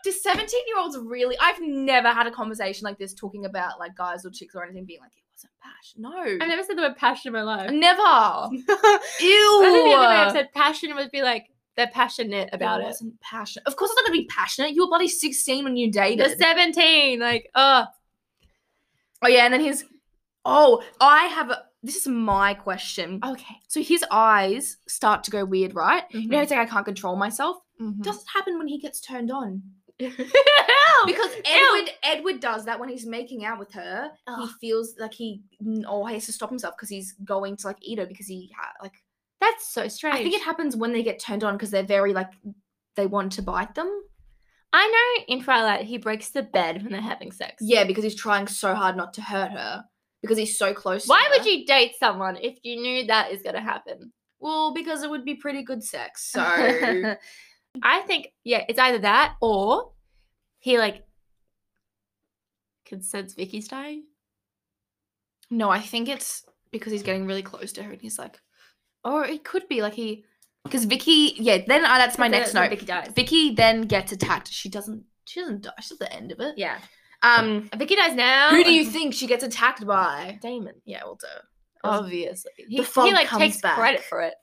Speaker 1: Do seventeen-year-olds really? I've never had a conversation like this talking about like guys or chicks or anything being like, it wasn't passion. No,
Speaker 2: I've never said the word passion in my life.
Speaker 1: never.
Speaker 2: I think the
Speaker 1: Ew.
Speaker 2: other way I've said passion would be like they're passionate about
Speaker 1: it
Speaker 2: it.
Speaker 1: wasn't passionate. Of course, it's not gonna be passionate. You were bloody sixteen when you dated.
Speaker 2: They're seventeen, like oh
Speaker 1: Oh yeah, and then his oh, I have a, this is my question.
Speaker 2: okay.
Speaker 1: So his eyes Mm-hmm. start to go weird, right? You know, it's like I can't control myself.
Speaker 2: Mhm.
Speaker 1: Doesn't happen when he gets turned on.
Speaker 2: Oh,
Speaker 1: Because Edward Edward does that when he's making out with her. He
Speaker 2: Ugh.
Speaker 1: feels like he n- oh he has to stop himself because he's going to like Edo because he ha- like
Speaker 2: that's so strange.
Speaker 1: I think it happens when they get turned on because they're very like they want to bite them.
Speaker 2: I know in Twilight he breaks the bed when they're having sex.
Speaker 1: Yeah, because he's trying so hard not to hurt her because he's so close. to
Speaker 2: Why would
Speaker 1: her.
Speaker 2: you date someone if you knew that is going to happen?
Speaker 1: Well, because it would be pretty good sex. So
Speaker 2: I think yeah, it's either that or he like consents Vicky's dying.
Speaker 1: no, I think it's because he's getting really close to her and he's like, or it could be like he because Vicky. Yeah, then uh, that's my next
Speaker 2: That's when- when
Speaker 1: note.
Speaker 2: Vicky dies.
Speaker 1: Vicky then gets attacked. She doesn't. She doesn't die. She's at the end of it.
Speaker 2: Yeah.
Speaker 1: Um,
Speaker 2: Vicky dies now.
Speaker 1: who do you think she gets attacked by?
Speaker 2: Damon?
Speaker 1: Yeah, well, duh.
Speaker 2: Obviously. He,
Speaker 1: fog
Speaker 2: he like
Speaker 1: comes
Speaker 2: takes credit
Speaker 1: back.
Speaker 2: for it.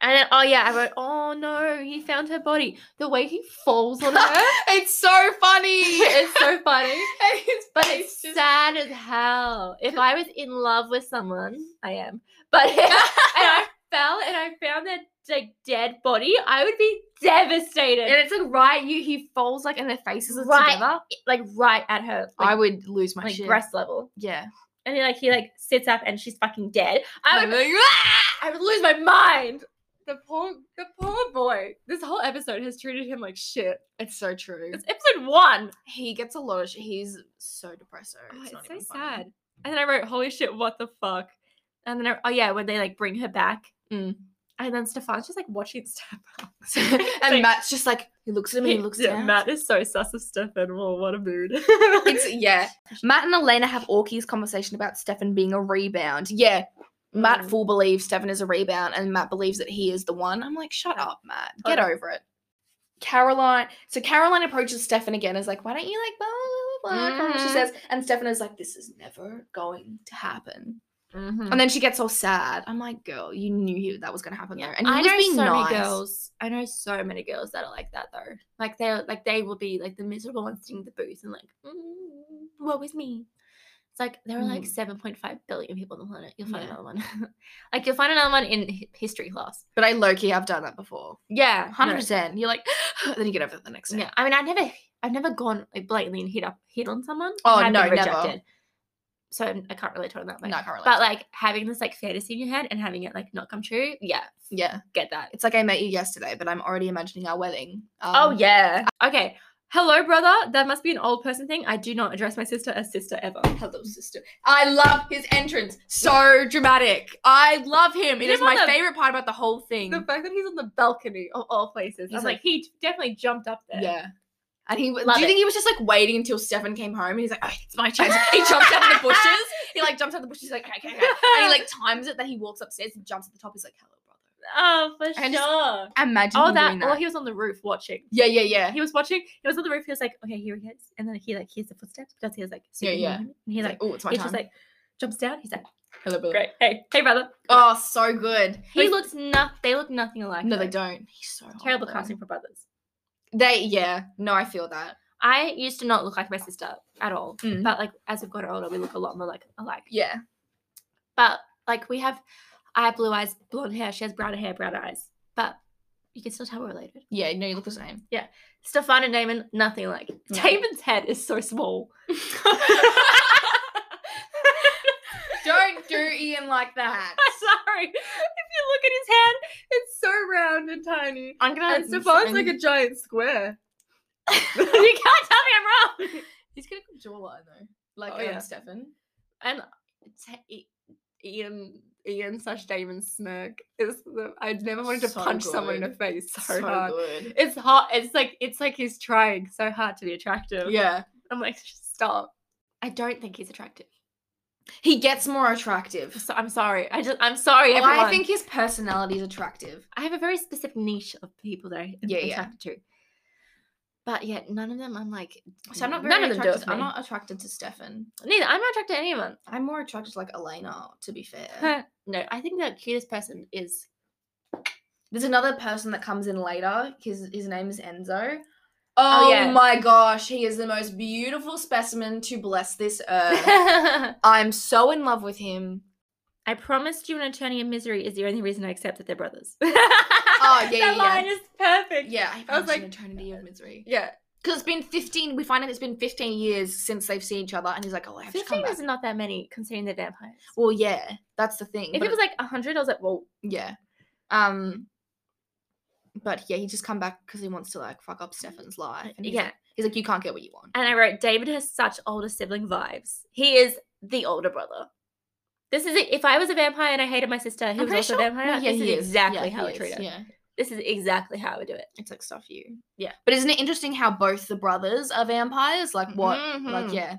Speaker 2: And then oh yeah, I wrote, oh no, he found her body. The way he falls on her
Speaker 1: it's so funny.
Speaker 2: is so funny.
Speaker 1: And his
Speaker 2: But
Speaker 1: face
Speaker 2: it's
Speaker 1: just-
Speaker 2: sad as hell. If I was in love with someone, I am. But if I fell and I found that like dead body, I would be
Speaker 1: and
Speaker 2: devastated.
Speaker 1: it's like right, you he falls like and their faces are
Speaker 2: Right
Speaker 1: together.
Speaker 2: Like right at her,
Speaker 1: I
Speaker 2: like,
Speaker 1: would lose my
Speaker 2: like
Speaker 1: shit.
Speaker 2: breast level.
Speaker 1: Yeah,
Speaker 2: And he like he like sits up and she's fucking dead. I
Speaker 1: I'd
Speaker 2: would
Speaker 1: be like,
Speaker 2: I would lose my mind. The poor, the poor boy. This whole episode has treated him like shit.
Speaker 1: it's so true.
Speaker 2: It's episode one.
Speaker 1: He gets a lot of. Sh- he's so depressed.
Speaker 2: Oh, it's,
Speaker 1: not even
Speaker 2: so
Speaker 1: funny.
Speaker 2: sad. And then I wrote, "Holy shit, what the fuck?" And then I, oh yeah, when they like bring her back,
Speaker 1: Mm.
Speaker 2: and then Stefan's just like watching Stefan.
Speaker 1: and
Speaker 2: Like-
Speaker 1: Matt's just like he looks at him and he looks
Speaker 2: Yeah,
Speaker 1: down.
Speaker 2: Matt is so sus of Stefan. Well, what a mood.
Speaker 1: It's- yeah. Matt and Elena have Orky's conversation about Stefan being a rebound. Yeah. Matt
Speaker 2: Mm.
Speaker 1: full believes Stefan is a rebound and Matt believes that he is the one. I'm like, shut up, Matt. Get
Speaker 2: Totally.
Speaker 1: over it. Caroline. So Caroline approaches Stefan again is like, why don't you like blah blah blah, blah, blah, She
Speaker 2: Mhm.
Speaker 1: says, and Stefan is like, this is never going to happen.
Speaker 2: Mhm.
Speaker 1: And then she gets all sad. I'm like, girl, you knew he, that was gonna happen
Speaker 2: Yeah,
Speaker 1: there. And he
Speaker 2: I
Speaker 1: was
Speaker 2: know
Speaker 1: being
Speaker 2: so
Speaker 1: nice.
Speaker 2: many girls. I know so many girls that are like that though. Like they are like they will be like the miserable ones sitting in the booth and like, mm, what was me? It's like there are like
Speaker 1: Mm.
Speaker 2: seven point five billion people on the planet. You'll find
Speaker 1: Yeah.
Speaker 2: another one. like you'll find another one in hi- history class.
Speaker 1: But I low key have done that before.
Speaker 2: Yeah,
Speaker 1: Hundred percent. You're like, then you get over it the next day.
Speaker 2: Yeah, I mean, I never, I've never gone like blatantly and hit up hit on someone.
Speaker 1: Oh,
Speaker 2: and I've
Speaker 1: no,
Speaker 2: been
Speaker 1: never.
Speaker 2: So I'm- I can't relate to it in that way.
Speaker 1: No, I can't relate
Speaker 2: But
Speaker 1: to
Speaker 2: like having this like fantasy in your head and having it like not come true, yeah,
Speaker 1: Yeah.
Speaker 2: get that.
Speaker 1: It's like I met you yesterday, but I'm already imagining our wedding.
Speaker 2: Oh
Speaker 1: Um,
Speaker 2: yeah. Okay. Hello, brother. That must be an old person thing. I do not address my sister as sister ever.
Speaker 1: Hello, sister. I love his entrance. So dramatic. I love him. It
Speaker 2: Him
Speaker 1: is my
Speaker 2: on the-
Speaker 1: favorite part about the whole thing.
Speaker 2: The fact that he's on the balcony of all places, I
Speaker 1: He's
Speaker 2: was like, he definitely jumped up there.
Speaker 1: yeah. And he,
Speaker 2: Love
Speaker 1: do you
Speaker 2: it.
Speaker 1: think he was just like waiting until Stefan came home and he's like, oh, it's my chance. he jumps out of the bushes. He like jumps out of the bushes. He's like, okay, okay, okay. And he like times it that he walks upstairs and jumps at the top. He's like, hello, brother.
Speaker 2: Oh, for
Speaker 1: And just-
Speaker 2: sure.
Speaker 1: Imagine
Speaker 2: Oh,
Speaker 1: him
Speaker 2: that.
Speaker 1: doing
Speaker 2: Or he was on the roof watching.
Speaker 1: yeah, yeah, yeah.
Speaker 2: He was watching. He was on the roof. He was like, okay, here he is. And then he like hears the footsteps because he was like,
Speaker 1: Yeah,
Speaker 2: super
Speaker 1: yeah.
Speaker 2: young. And he's like,
Speaker 1: oh, it's my
Speaker 2: he's
Speaker 1: time.
Speaker 2: just like, jumps down. He's like,
Speaker 1: hello, brother.
Speaker 2: great. Hey, hey, brother.
Speaker 1: Oh, so good.
Speaker 2: he
Speaker 1: Like-
Speaker 2: looks not. They Oh, look nothing alike.
Speaker 1: no, they
Speaker 2: though.
Speaker 1: don't. He's so hot,
Speaker 2: Terrible
Speaker 1: though.
Speaker 2: casting for brothers.
Speaker 1: They, yeah. No, I feel that.
Speaker 2: I used to not look like my sister at all,
Speaker 1: Mm.
Speaker 2: but like as we've gotten older, we look a lot more like alike.
Speaker 1: Yeah.
Speaker 2: But like we have, I have blue eyes, blonde hair. She has brown hair, brown eyes. But you can still tell we're related.
Speaker 1: Yeah, no, you look the same.
Speaker 2: Stefan and Damon, nothing like.
Speaker 1: No.
Speaker 2: Damon's head is so small.
Speaker 1: Don't do Ian like that.
Speaker 2: Sorry, if you look at his head, it's so round and tiny.
Speaker 1: I'm gonna.
Speaker 2: And Stefan's like a
Speaker 1: giant square.
Speaker 2: you can't tell me I'm wrong.
Speaker 1: He's gonna get jawline though, like
Speaker 2: Oh,
Speaker 1: um,
Speaker 2: yeah.
Speaker 1: Stefan.
Speaker 2: and t- I- Ian Ian slash Damon smirk is the I never wanted to
Speaker 1: So
Speaker 2: punch someone in the
Speaker 1: good.
Speaker 2: face so, hard.
Speaker 1: good.
Speaker 2: It's hot. It's like it's like he's trying so hard to be attractive.
Speaker 1: Yeah,
Speaker 2: I'm like stop. I don't think he's attractive.
Speaker 1: he gets more attractive.
Speaker 2: So I'm sorry. I just I'm sorry.
Speaker 1: Well,
Speaker 2: Everyone.
Speaker 1: I think his personality is attractive.
Speaker 2: I have a very specific niche of people that I am
Speaker 1: Yeah, yeah.
Speaker 2: attracted to. But yet none of them. I'm like
Speaker 1: So I'm not
Speaker 2: "Mm,
Speaker 1: very
Speaker 2: none of them do it
Speaker 1: attracted.
Speaker 2: for
Speaker 1: I'm
Speaker 2: me."
Speaker 1: not attracted to Stefan.
Speaker 2: neither. I'm not attracted to anyone.
Speaker 1: I'm more attracted to like Elena. To be fair,
Speaker 2: no, I think the cutest person is
Speaker 1: there's another person that comes in later. His his name is Enzo.
Speaker 2: Oh,
Speaker 1: Oh,
Speaker 2: yeah.
Speaker 1: my gosh, he is the most beautiful specimen to bless this earth. I'm so in love with him.
Speaker 2: I promised you an attorney in misery is the only reason I accept that they're brothers.
Speaker 1: Oh, yeah,
Speaker 2: that
Speaker 1: yeah,
Speaker 2: line
Speaker 1: yeah.
Speaker 2: is perfect.
Speaker 1: Yeah, I,
Speaker 2: was
Speaker 1: was like
Speaker 2: like-
Speaker 1: eternity of misery.
Speaker 2: Yeah.
Speaker 1: Because it's been 15, we find out it's been 15 years since they've seen each other, and he's like, oh, I have to come
Speaker 2: Fifteen
Speaker 1: back.
Speaker 2: is not that many considering the vampires.
Speaker 1: Well, yeah, that's the thing.
Speaker 2: If
Speaker 1: but
Speaker 2: it was like hundred, I was like, well,
Speaker 1: yeah. Um, but yeah, he just come back because he wants to like fuck up Stefan's life. And he's
Speaker 2: yeah.
Speaker 1: like, he's like, you can't get what you want.
Speaker 2: And I wrote, David has such older sibling vibes. He is the older brother. This is it. If I was a vampire and I hated my sister, who
Speaker 1: I'm
Speaker 2: was
Speaker 1: pretty
Speaker 2: also a
Speaker 1: sure-
Speaker 2: vampire,
Speaker 1: No, yeah,
Speaker 2: this
Speaker 1: he
Speaker 2: is exactly
Speaker 1: Yeah,
Speaker 2: how
Speaker 1: he
Speaker 2: I treat
Speaker 1: is,
Speaker 2: it.
Speaker 1: Yeah,
Speaker 2: This is exactly how I would do it.
Speaker 1: it's like stuff you.
Speaker 2: Yeah.
Speaker 1: but isn't it interesting how both the brothers are vampires? Like what? Like
Speaker 2: Mhm.
Speaker 1: yeah,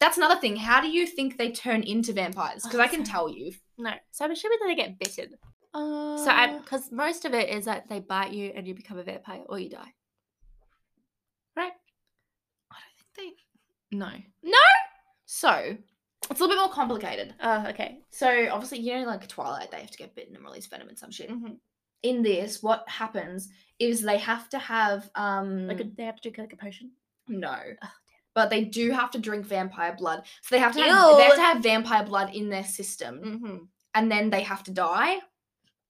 Speaker 1: that's another thing. How do you think they turn into vampires? Because I can
Speaker 2: Awesome.
Speaker 1: tell you.
Speaker 2: No. So I'm assuming that they get bitten.
Speaker 1: Uh,
Speaker 2: so I, because most of it is that they bite you and you become a vampire or you die.
Speaker 1: I don't think they. No.
Speaker 2: No?
Speaker 1: So it's a little bit more complicated.
Speaker 2: Oh, okay.
Speaker 1: So obviously, you know, like Twilight, they have to get bitten and release venom and some shit.
Speaker 2: Mhm.
Speaker 1: In this, what happens is they have to have um
Speaker 2: Like a, they have to drink like a potion.
Speaker 1: no.
Speaker 2: damn.
Speaker 1: Oh, But they do have to drink vampire blood. So they have to have, they have
Speaker 2: Ew.
Speaker 1: to have vampire blood in their system.
Speaker 2: Mm-hmm.
Speaker 1: And then they have to die.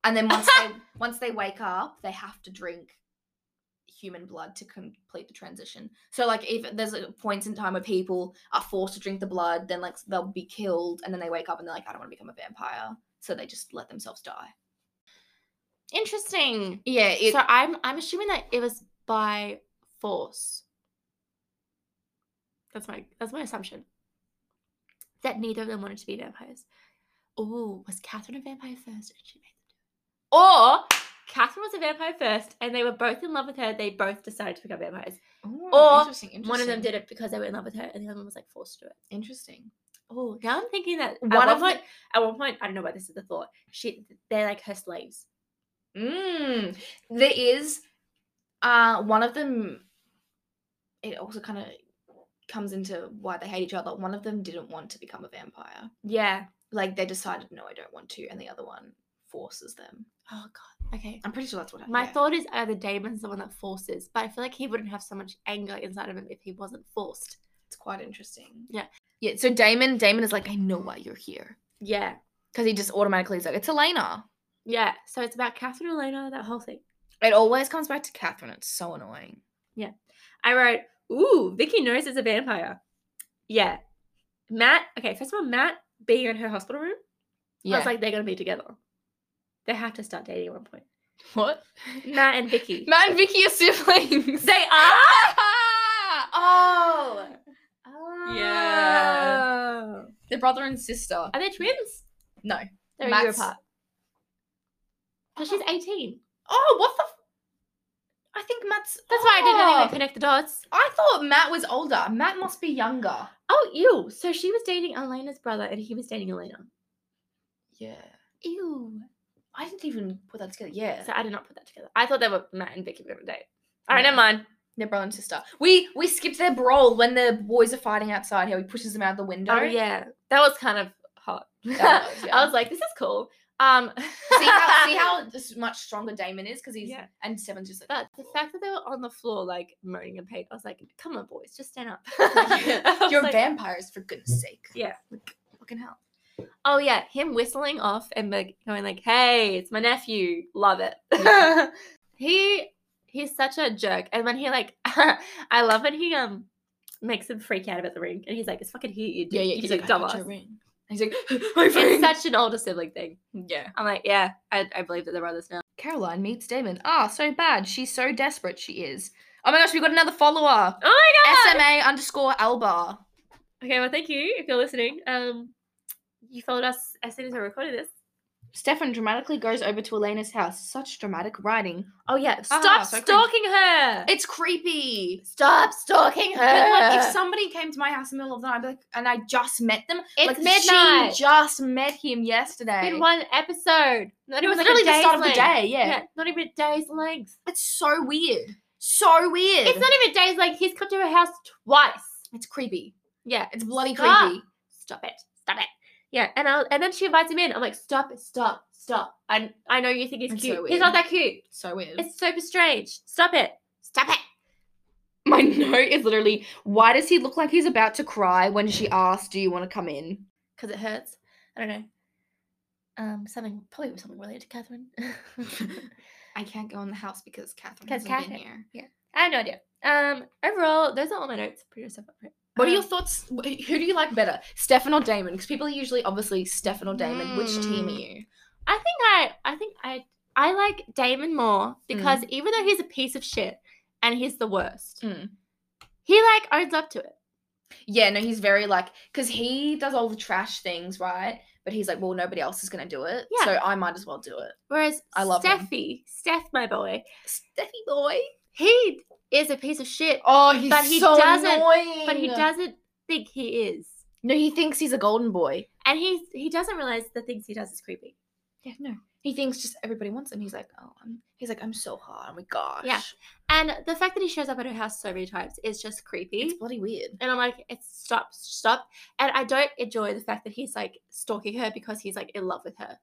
Speaker 1: And then once they once they wake up, they have to drink human blood to complete the transition. So like if there's a points in time where people are forced to drink the blood, then like they'll be killed and then they wake up and they're like, I don't want to become a vampire. So they just let themselves die.
Speaker 2: Interesting.
Speaker 1: Yeah, it,
Speaker 2: so I'm I'm assuming that it was by force. That's my that's my assumption. That neither of them wanted to be vampires. Oh, was Catherine a vampire first and she made them do it? Or Catherine was a vampire first and they were both in love with her. They both decided to become vampires.
Speaker 1: Ooh,
Speaker 2: or
Speaker 1: interesting,
Speaker 2: One of them
Speaker 1: interesting,
Speaker 2: did it because they were in love with her and the other one was like forced to do it.
Speaker 1: Interesting.
Speaker 2: Oh, now I'm thinking that at
Speaker 1: One
Speaker 2: one
Speaker 1: of the-
Speaker 2: point at one point, I don't know why this is the thought. She they're like her slaves.
Speaker 1: Mm. There is uh one of them it also kind of comes into why they hate each other. One of them didn't want to become a vampire.
Speaker 2: Yeah.
Speaker 1: Like they decided, no, I don't want to, and the other one forces them.
Speaker 2: Oh god. Okay.
Speaker 1: I'm pretty sure that's what happened.
Speaker 2: My
Speaker 1: yeah.
Speaker 2: thought is either Damon's the one that forces, but I feel like he wouldn't have so much anger inside of him if he wasn't forced.
Speaker 1: it's quite interesting.
Speaker 2: Yeah.
Speaker 1: Yeah. So Damon, Damon is like, I know why you're here.
Speaker 2: Yeah.
Speaker 1: Because he just automatically is like, it's Elena.
Speaker 2: Yeah. So it's about Catherine Elena, that whole thing.
Speaker 1: It always comes back to Catherine. It's so annoying.
Speaker 2: I wrote, Ooh, Vicky knows is a vampire. Yeah. Matt, okay, first of all, Matt being in her hospital room, I was like, they're going to be together. They have to start dating at one point.
Speaker 1: what?
Speaker 2: Matt and Vicky.
Speaker 1: Matt and Vicky are siblings.
Speaker 2: they are?
Speaker 1: oh.
Speaker 2: Yeah.
Speaker 1: They're brother and sister.
Speaker 2: Are they twins?
Speaker 1: No.
Speaker 2: They're a year
Speaker 1: Matt's-
Speaker 2: apart. Because she's 18.
Speaker 1: Oh, what the? F- I think Matt's.
Speaker 2: That's why I didn't
Speaker 1: Oh.
Speaker 2: even connect the dots.
Speaker 1: I thought Matt was older. Matt must be younger.
Speaker 2: Oh, ew. So she was dating Elena's brother and he was dating Elena.
Speaker 1: Yeah.
Speaker 2: Ew.
Speaker 1: I didn't even put that together. Yeah.
Speaker 2: So I did not put that together. I thought they were Matt and Vicky were going to date. All right,
Speaker 1: Yeah.
Speaker 2: never mind.
Speaker 1: They're brother and sister. We we skipped their brawl when the boys are fighting outside. How he pushes them out of the window.
Speaker 2: Oh, yeah. That was kind of hot.
Speaker 1: That was, yeah.
Speaker 2: I was like, this is cool. Um,
Speaker 1: see how see how s- much stronger Damon is because he's
Speaker 2: Yeah.
Speaker 1: and Seven's just like.
Speaker 2: But the fact that they were on the floor, like moaning in pain, I was like, come on, boys, just stand up. I was
Speaker 1: you're
Speaker 2: like-
Speaker 1: vampires for goodness sake.
Speaker 2: Yeah.
Speaker 1: Like, fucking hell.
Speaker 2: Oh, yeah. Him whistling off and like, going, like, hey, it's my nephew. Love it.
Speaker 1: Yeah.
Speaker 2: he he's such a jerk. And when he like I love when he um makes him freak out about the ring and he's like, it's fucking here, you dick." He's like dumbass.
Speaker 1: He's like, my
Speaker 2: It's such an older sibling thing.
Speaker 1: yeah.
Speaker 2: I'm like, yeah, I, I believe that they're brothers now.
Speaker 1: Caroline meets Damon. Ah, so bad. She's so desperate. She is. Oh my gosh, we got another follower.
Speaker 2: Oh my god.
Speaker 1: SMA underscore Alba.
Speaker 2: okay, well thank you if you're listening. Um you followed us as soon as I recorded this.
Speaker 1: Stefan dramatically goes over to Elena's house. Such dramatic writing.
Speaker 2: Oh yeah. Stop
Speaker 1: so cringe.
Speaker 2: stalking her.
Speaker 1: It's creepy.
Speaker 2: Stop stalking her.
Speaker 1: But like, if somebody came to my house in the middle of the night, I'd be like, and I just met them,
Speaker 2: It's
Speaker 1: like
Speaker 2: midnight.
Speaker 1: she just met him yesterday.
Speaker 2: in one episode. Not
Speaker 1: it
Speaker 2: even
Speaker 1: was
Speaker 2: like a
Speaker 1: literally the
Speaker 2: day's
Speaker 1: start of the
Speaker 2: length.
Speaker 1: day. Yeah.
Speaker 2: Yeah, not even a day's length.
Speaker 1: it's so weird. So weird.
Speaker 2: It's not even days. Like he's come to her house twice.
Speaker 1: It's creepy.
Speaker 2: Yeah,
Speaker 1: It's bloody
Speaker 2: Stop.
Speaker 1: creepy.
Speaker 2: stop it, stop it. Yeah, and I'll, and then she invites him in. I'm like, stop it, stop, stop. I I know you think he's
Speaker 1: It's so
Speaker 2: cute. he's not
Speaker 1: weird.
Speaker 2: that cute.
Speaker 1: So weird.
Speaker 2: It's super strange. Stop it, stop it.
Speaker 1: My note is literally, why does he look like he's about to cry when she asks, "Do you want to come in?"
Speaker 2: Because it hurts. I don't know. Um, something probably something related to Catherine.
Speaker 1: I can't go in the house because Catherine
Speaker 2: 'Cause
Speaker 1: hasn't been
Speaker 2: Catherine.
Speaker 1: here.
Speaker 2: I have no idea. Um, overall, those are all my notes. Pretty separate.
Speaker 1: What are your
Speaker 2: Um,
Speaker 1: thoughts? wh- Who do you like better, Stefan or Damon? Because people are usually obviously Stefan or Damon. Which team are
Speaker 2: Mm.
Speaker 1: you?
Speaker 2: I think I I think I I like Damon more because even though he's a piece of shit and he's the worst,
Speaker 1: Mm.
Speaker 2: he like owns up to it.
Speaker 1: Yeah, no, he's very like because he does all the trash things, right? But he's like, well, nobody else is gonna do it,
Speaker 2: Yeah.
Speaker 1: so I might as well do it.
Speaker 2: Whereas
Speaker 1: I love him.
Speaker 2: Steffi, Steph, my boy,
Speaker 1: Steffi boy.
Speaker 2: he is a piece of shit,
Speaker 1: Oh, he's
Speaker 2: But he
Speaker 1: so
Speaker 2: doesn't-
Speaker 1: annoying.
Speaker 2: but he doesn't think he is,
Speaker 1: No, he thinks he's a golden boy.
Speaker 2: and he he doesn't realize the things he does is creepy.
Speaker 1: Yeah, no. He thinks just everybody wants him. He's like, oh, I'm, he's like, I'm so hot. Oh my gosh.
Speaker 2: And the fact that he shows up at her house so many times is just creepy.
Speaker 1: It's bloody weird.
Speaker 2: and I'm like, it's stop, stop. And I don't enjoy the fact that he's like stalking her because he's like in love with her.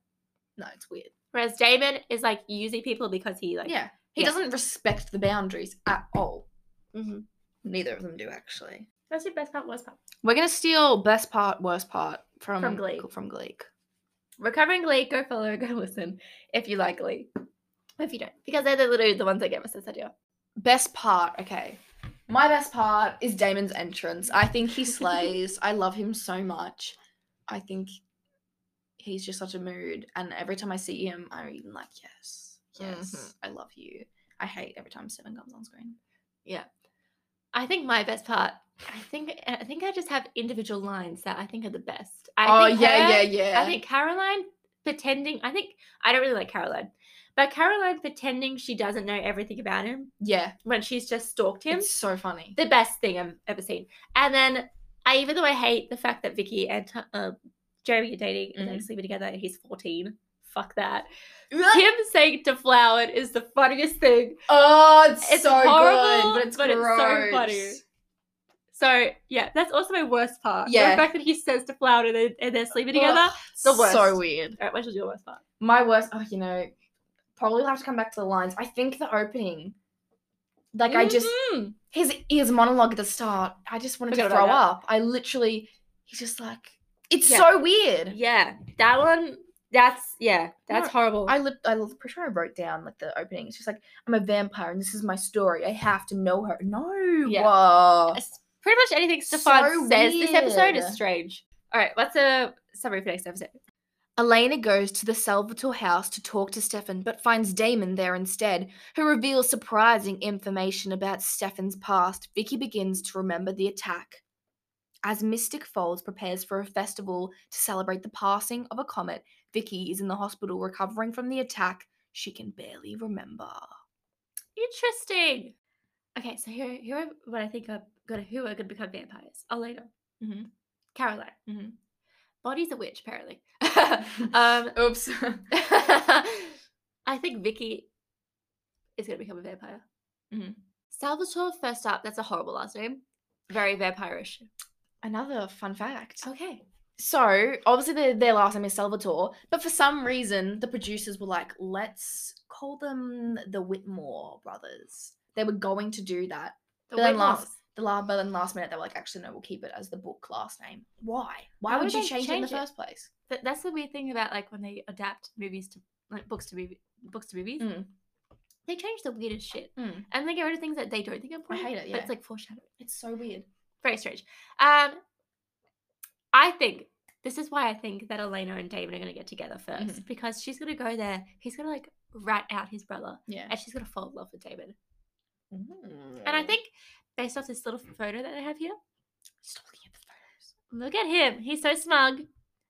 Speaker 1: No, it's weird.
Speaker 2: Whereas Damon is like using people because he like
Speaker 1: yeah. He
Speaker 2: yeah.
Speaker 1: doesn't respect the boundaries at all.
Speaker 2: Mhm.
Speaker 1: Neither of them do, actually.
Speaker 2: That's your best part, worst part.
Speaker 1: We're going to steal best part, worst part from,
Speaker 2: From Glee.
Speaker 1: From Glee.
Speaker 2: Recovering Glee, go follow, go listen if you like Glee. Or if you don't, because they're the- literally the ones that gave us this idea.
Speaker 1: Best part, okay. My best part is Damon's entrance. I think he slays. I love him so much. I think he's just such a mood. And every time I see him, I'm even like, yes, yes,
Speaker 2: Mhm.
Speaker 1: I love you. I hate every time Stefan comes on screen.
Speaker 2: I think my best part. I think I think I just have individual lines that I think are the best. I
Speaker 1: oh,
Speaker 2: think
Speaker 1: yeah,
Speaker 2: her-
Speaker 1: yeah, yeah.
Speaker 2: I think Caroline pretending. I think I don't really like Caroline, but Caroline pretending she doesn't know everything about him
Speaker 1: yeah,
Speaker 2: when she's just stalked him.
Speaker 1: it's so funny.
Speaker 2: the best thing I've ever seen. And then I, even though I hate the fact that Vicky and t- um, Jeremy are dating and they're sleeping together, and he's fourteen. Fuck that. Him saying deflowered is the funniest thing.
Speaker 1: Oh, it's,
Speaker 2: It's
Speaker 1: so
Speaker 2: horrible,
Speaker 1: good, but it's
Speaker 2: but it's so
Speaker 1: gross.
Speaker 2: funny. So yeah, that's also my worst part.
Speaker 1: Yeah.
Speaker 2: The fact that he says deflowered and, they- and they're sleeping together.
Speaker 1: Ugh,
Speaker 2: the worst.
Speaker 1: So weird.
Speaker 2: All right, what should your worst part?
Speaker 1: My worst. Oh, you know, probably have to come back to the lines. I think the opening, like I just
Speaker 2: Mhm.
Speaker 1: his his monologue at the start. I just wanted
Speaker 2: Forgot
Speaker 1: to
Speaker 2: about
Speaker 1: throw
Speaker 2: that.
Speaker 1: up. I literally, he's just like, it's
Speaker 2: Yeah.
Speaker 1: so weird.
Speaker 2: yeah, that one. That's yeah, that's
Speaker 1: No,
Speaker 2: horrible.
Speaker 1: I lit I l- pretty sure I wrote down like the opening. It's just like I'm a vampire and this is my story. I have to know her. No,
Speaker 2: Yeah.
Speaker 1: whoa.
Speaker 2: It's pretty much anything Stefan
Speaker 1: So
Speaker 2: says this episode is
Speaker 1: weird.
Speaker 2: strange. All right, what's a summary for next episode?
Speaker 1: Elena goes to the Salvatore house to talk to Stefan, but finds Damon there instead, who reveals surprising information about Stefan's past. Vicky begins to remember the attack. As Mystic Folds prepares for a festival to celebrate the passing of a comet, Vicky is in the hospital recovering from the attack she can barely remember.
Speaker 2: Interesting. Okay, so here, here are what I think are gonna who are gonna become vampires. Elena, Mm-hmm.
Speaker 1: Mhm.
Speaker 2: Caroline,
Speaker 1: Mhm.
Speaker 2: Bonnie's a witch apparently. um,
Speaker 1: Oops.
Speaker 2: I think Vicky is gonna become a vampire. Mm-hmm.
Speaker 1: Mhm.
Speaker 2: Salvatore, first up, that's a horrible last name. Very vampirish.
Speaker 1: Another fun fact.
Speaker 2: Okay.
Speaker 1: So obviously their, their last name is Salvatore, but for some reason the producers were like, let's call them the Whitmore brothers. They were going to do that.
Speaker 2: The
Speaker 1: But then
Speaker 2: Whitmores.
Speaker 1: last- The la- but then last minute they were like, actually no, we'll keep it as the book last name. Why? Why
Speaker 2: Why
Speaker 1: would
Speaker 2: would
Speaker 1: you
Speaker 2: they
Speaker 1: change, it in the
Speaker 2: change it?
Speaker 1: first place?
Speaker 2: Th- that's the weird thing about like when they adapt movies to like books to movie books to movies.
Speaker 1: Mm.
Speaker 2: They change the weirdest shit,
Speaker 1: Mm.
Speaker 2: and they get rid of things that they don't think are important.
Speaker 1: hate it,
Speaker 2: but
Speaker 1: yeah.
Speaker 2: it's like foreshadowing.
Speaker 1: It's so weird.
Speaker 2: Very strange. Um, I think this is why I think that Elena and David are gonna get together 1st
Speaker 1: Mm-hmm.
Speaker 2: because she's gonna go there. He's gonna like rat out his brother,
Speaker 1: Yeah. Mm.
Speaker 2: and she's gonna fall in love with David. And I think based off this little photo that I have here,
Speaker 1: stop looking at the photos.
Speaker 2: look at him. He's so smug,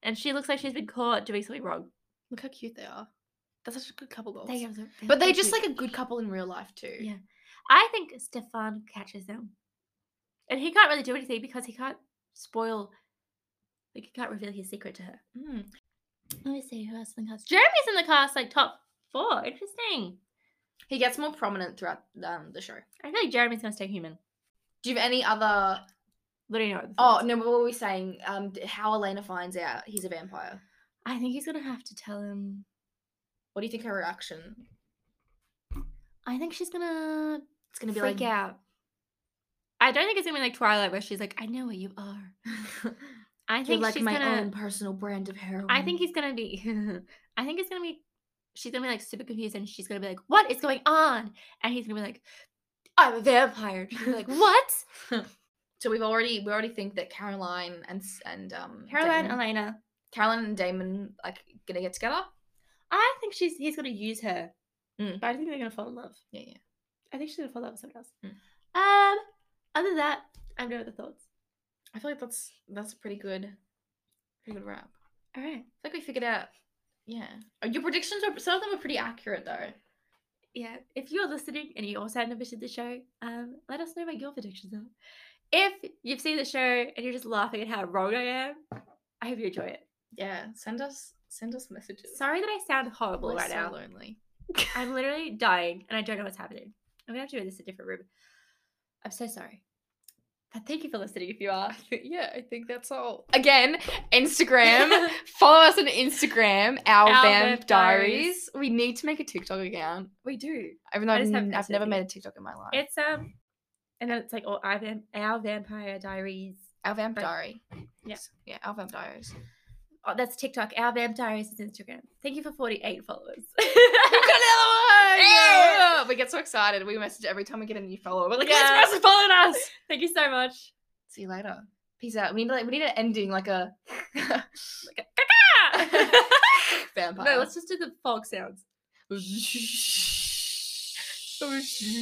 Speaker 2: and she looks like she's been caught doing something wrong.
Speaker 1: Look how cute they are. That's such a good couple goals.
Speaker 2: They are so-
Speaker 1: but they're
Speaker 2: so
Speaker 1: just
Speaker 2: cute.
Speaker 1: like a good couple in real life too.
Speaker 2: Yeah. I think Stefan catches them. And he can't really do anything because he can't spoil, like, he can't reveal his secret to her.
Speaker 1: Mm.
Speaker 2: Let me see who else is in the cast. Jeremy's in the cast, like, top four. Interesting.
Speaker 1: He gets more prominent throughout um, the show.
Speaker 2: I feel like Jeremy's going to stay human.
Speaker 1: Do you have any other
Speaker 2: Literally, no.
Speaker 1: Oh no! What were we saying? Um, d- how Elena finds out he's a vampire?
Speaker 2: I think he's going to have to tell him.
Speaker 1: What do you think her reaction?
Speaker 2: I think she's going to
Speaker 1: It's gonna be
Speaker 2: freak
Speaker 1: like,
Speaker 2: out. I don't think it's going to be like Twilight where she's like, I know where you are. I
Speaker 1: you're
Speaker 2: think
Speaker 1: like
Speaker 2: she's
Speaker 1: my
Speaker 2: gonna, Um
Speaker 1: own personal brand of heroin.
Speaker 2: I think he's going to be. I think it's going to be she's gonna be like super confused and she's gonna be like, what is going on? And he's gonna be like, I'm a vampire. And she's gonna be like, what?
Speaker 1: So we've already we already think that Caroline and S- and um
Speaker 2: Caroline,
Speaker 1: Damon,
Speaker 2: Elena.
Speaker 1: Caroline and Damon like gonna get together.
Speaker 2: I think she's he's gonna use her.
Speaker 1: Mm.
Speaker 2: But I think they're gonna fall in love.
Speaker 1: Yeah, yeah.
Speaker 2: I think she's gonna fall in love with someone else.
Speaker 1: Mm.
Speaker 2: Um other than that, I'm done with the thoughts.
Speaker 1: I feel like that's that's a pretty good, pretty good wrap. I
Speaker 2: All right.
Speaker 1: feel like we figured out. Yeah, Uh, your predictions are some of them are pretty accurate though.
Speaker 2: yeah, if you're listening and you also haven't visited the show, um, let us know what your predictions are. If you've seen the show and you're just laughing at how wrong I am, I hope you enjoy it.
Speaker 1: Yeah, send us send us messages.
Speaker 2: Sorry that I sound horrible
Speaker 1: We're
Speaker 2: right
Speaker 1: so
Speaker 2: now.
Speaker 1: lonely.
Speaker 2: I'm literally dying and I don't know what's happening. I'm gonna have to do this in a different room. I'm so sorry. But thank you for listening if you are.
Speaker 1: yeah, I think that's all. Again, Instagram. Follow us on Instagram, our,
Speaker 2: Our
Speaker 1: Vamp,
Speaker 2: Vamp
Speaker 1: Diaries. We need to make a TikTok account.
Speaker 2: We do.
Speaker 1: Even though
Speaker 2: I
Speaker 1: I've,
Speaker 2: just
Speaker 1: n-
Speaker 2: haven't
Speaker 1: I've never
Speaker 2: activated
Speaker 1: made a TikTok in my life.
Speaker 2: It's um and then it's like all our, vam- our vampire diaries.
Speaker 1: our Vamp
Speaker 2: but-
Speaker 1: Diary.
Speaker 2: yeah.
Speaker 1: Yes. Yeah, our Vamp Diaries.
Speaker 2: Oh, that's TikTok. Our vamp diaries is Instagram. Thank you for 48 followers.
Speaker 1: We've got another one!
Speaker 2: Yeah.
Speaker 1: Yeah. We get so excited. We message every time we get a new follower. We're like,
Speaker 2: Yeah.
Speaker 1: this person followed us.
Speaker 2: Thank you so much.
Speaker 1: See you later. Peace out. We need like we need an ending, like a vampire.
Speaker 2: no, let's just do the fog sounds.
Speaker 1: let's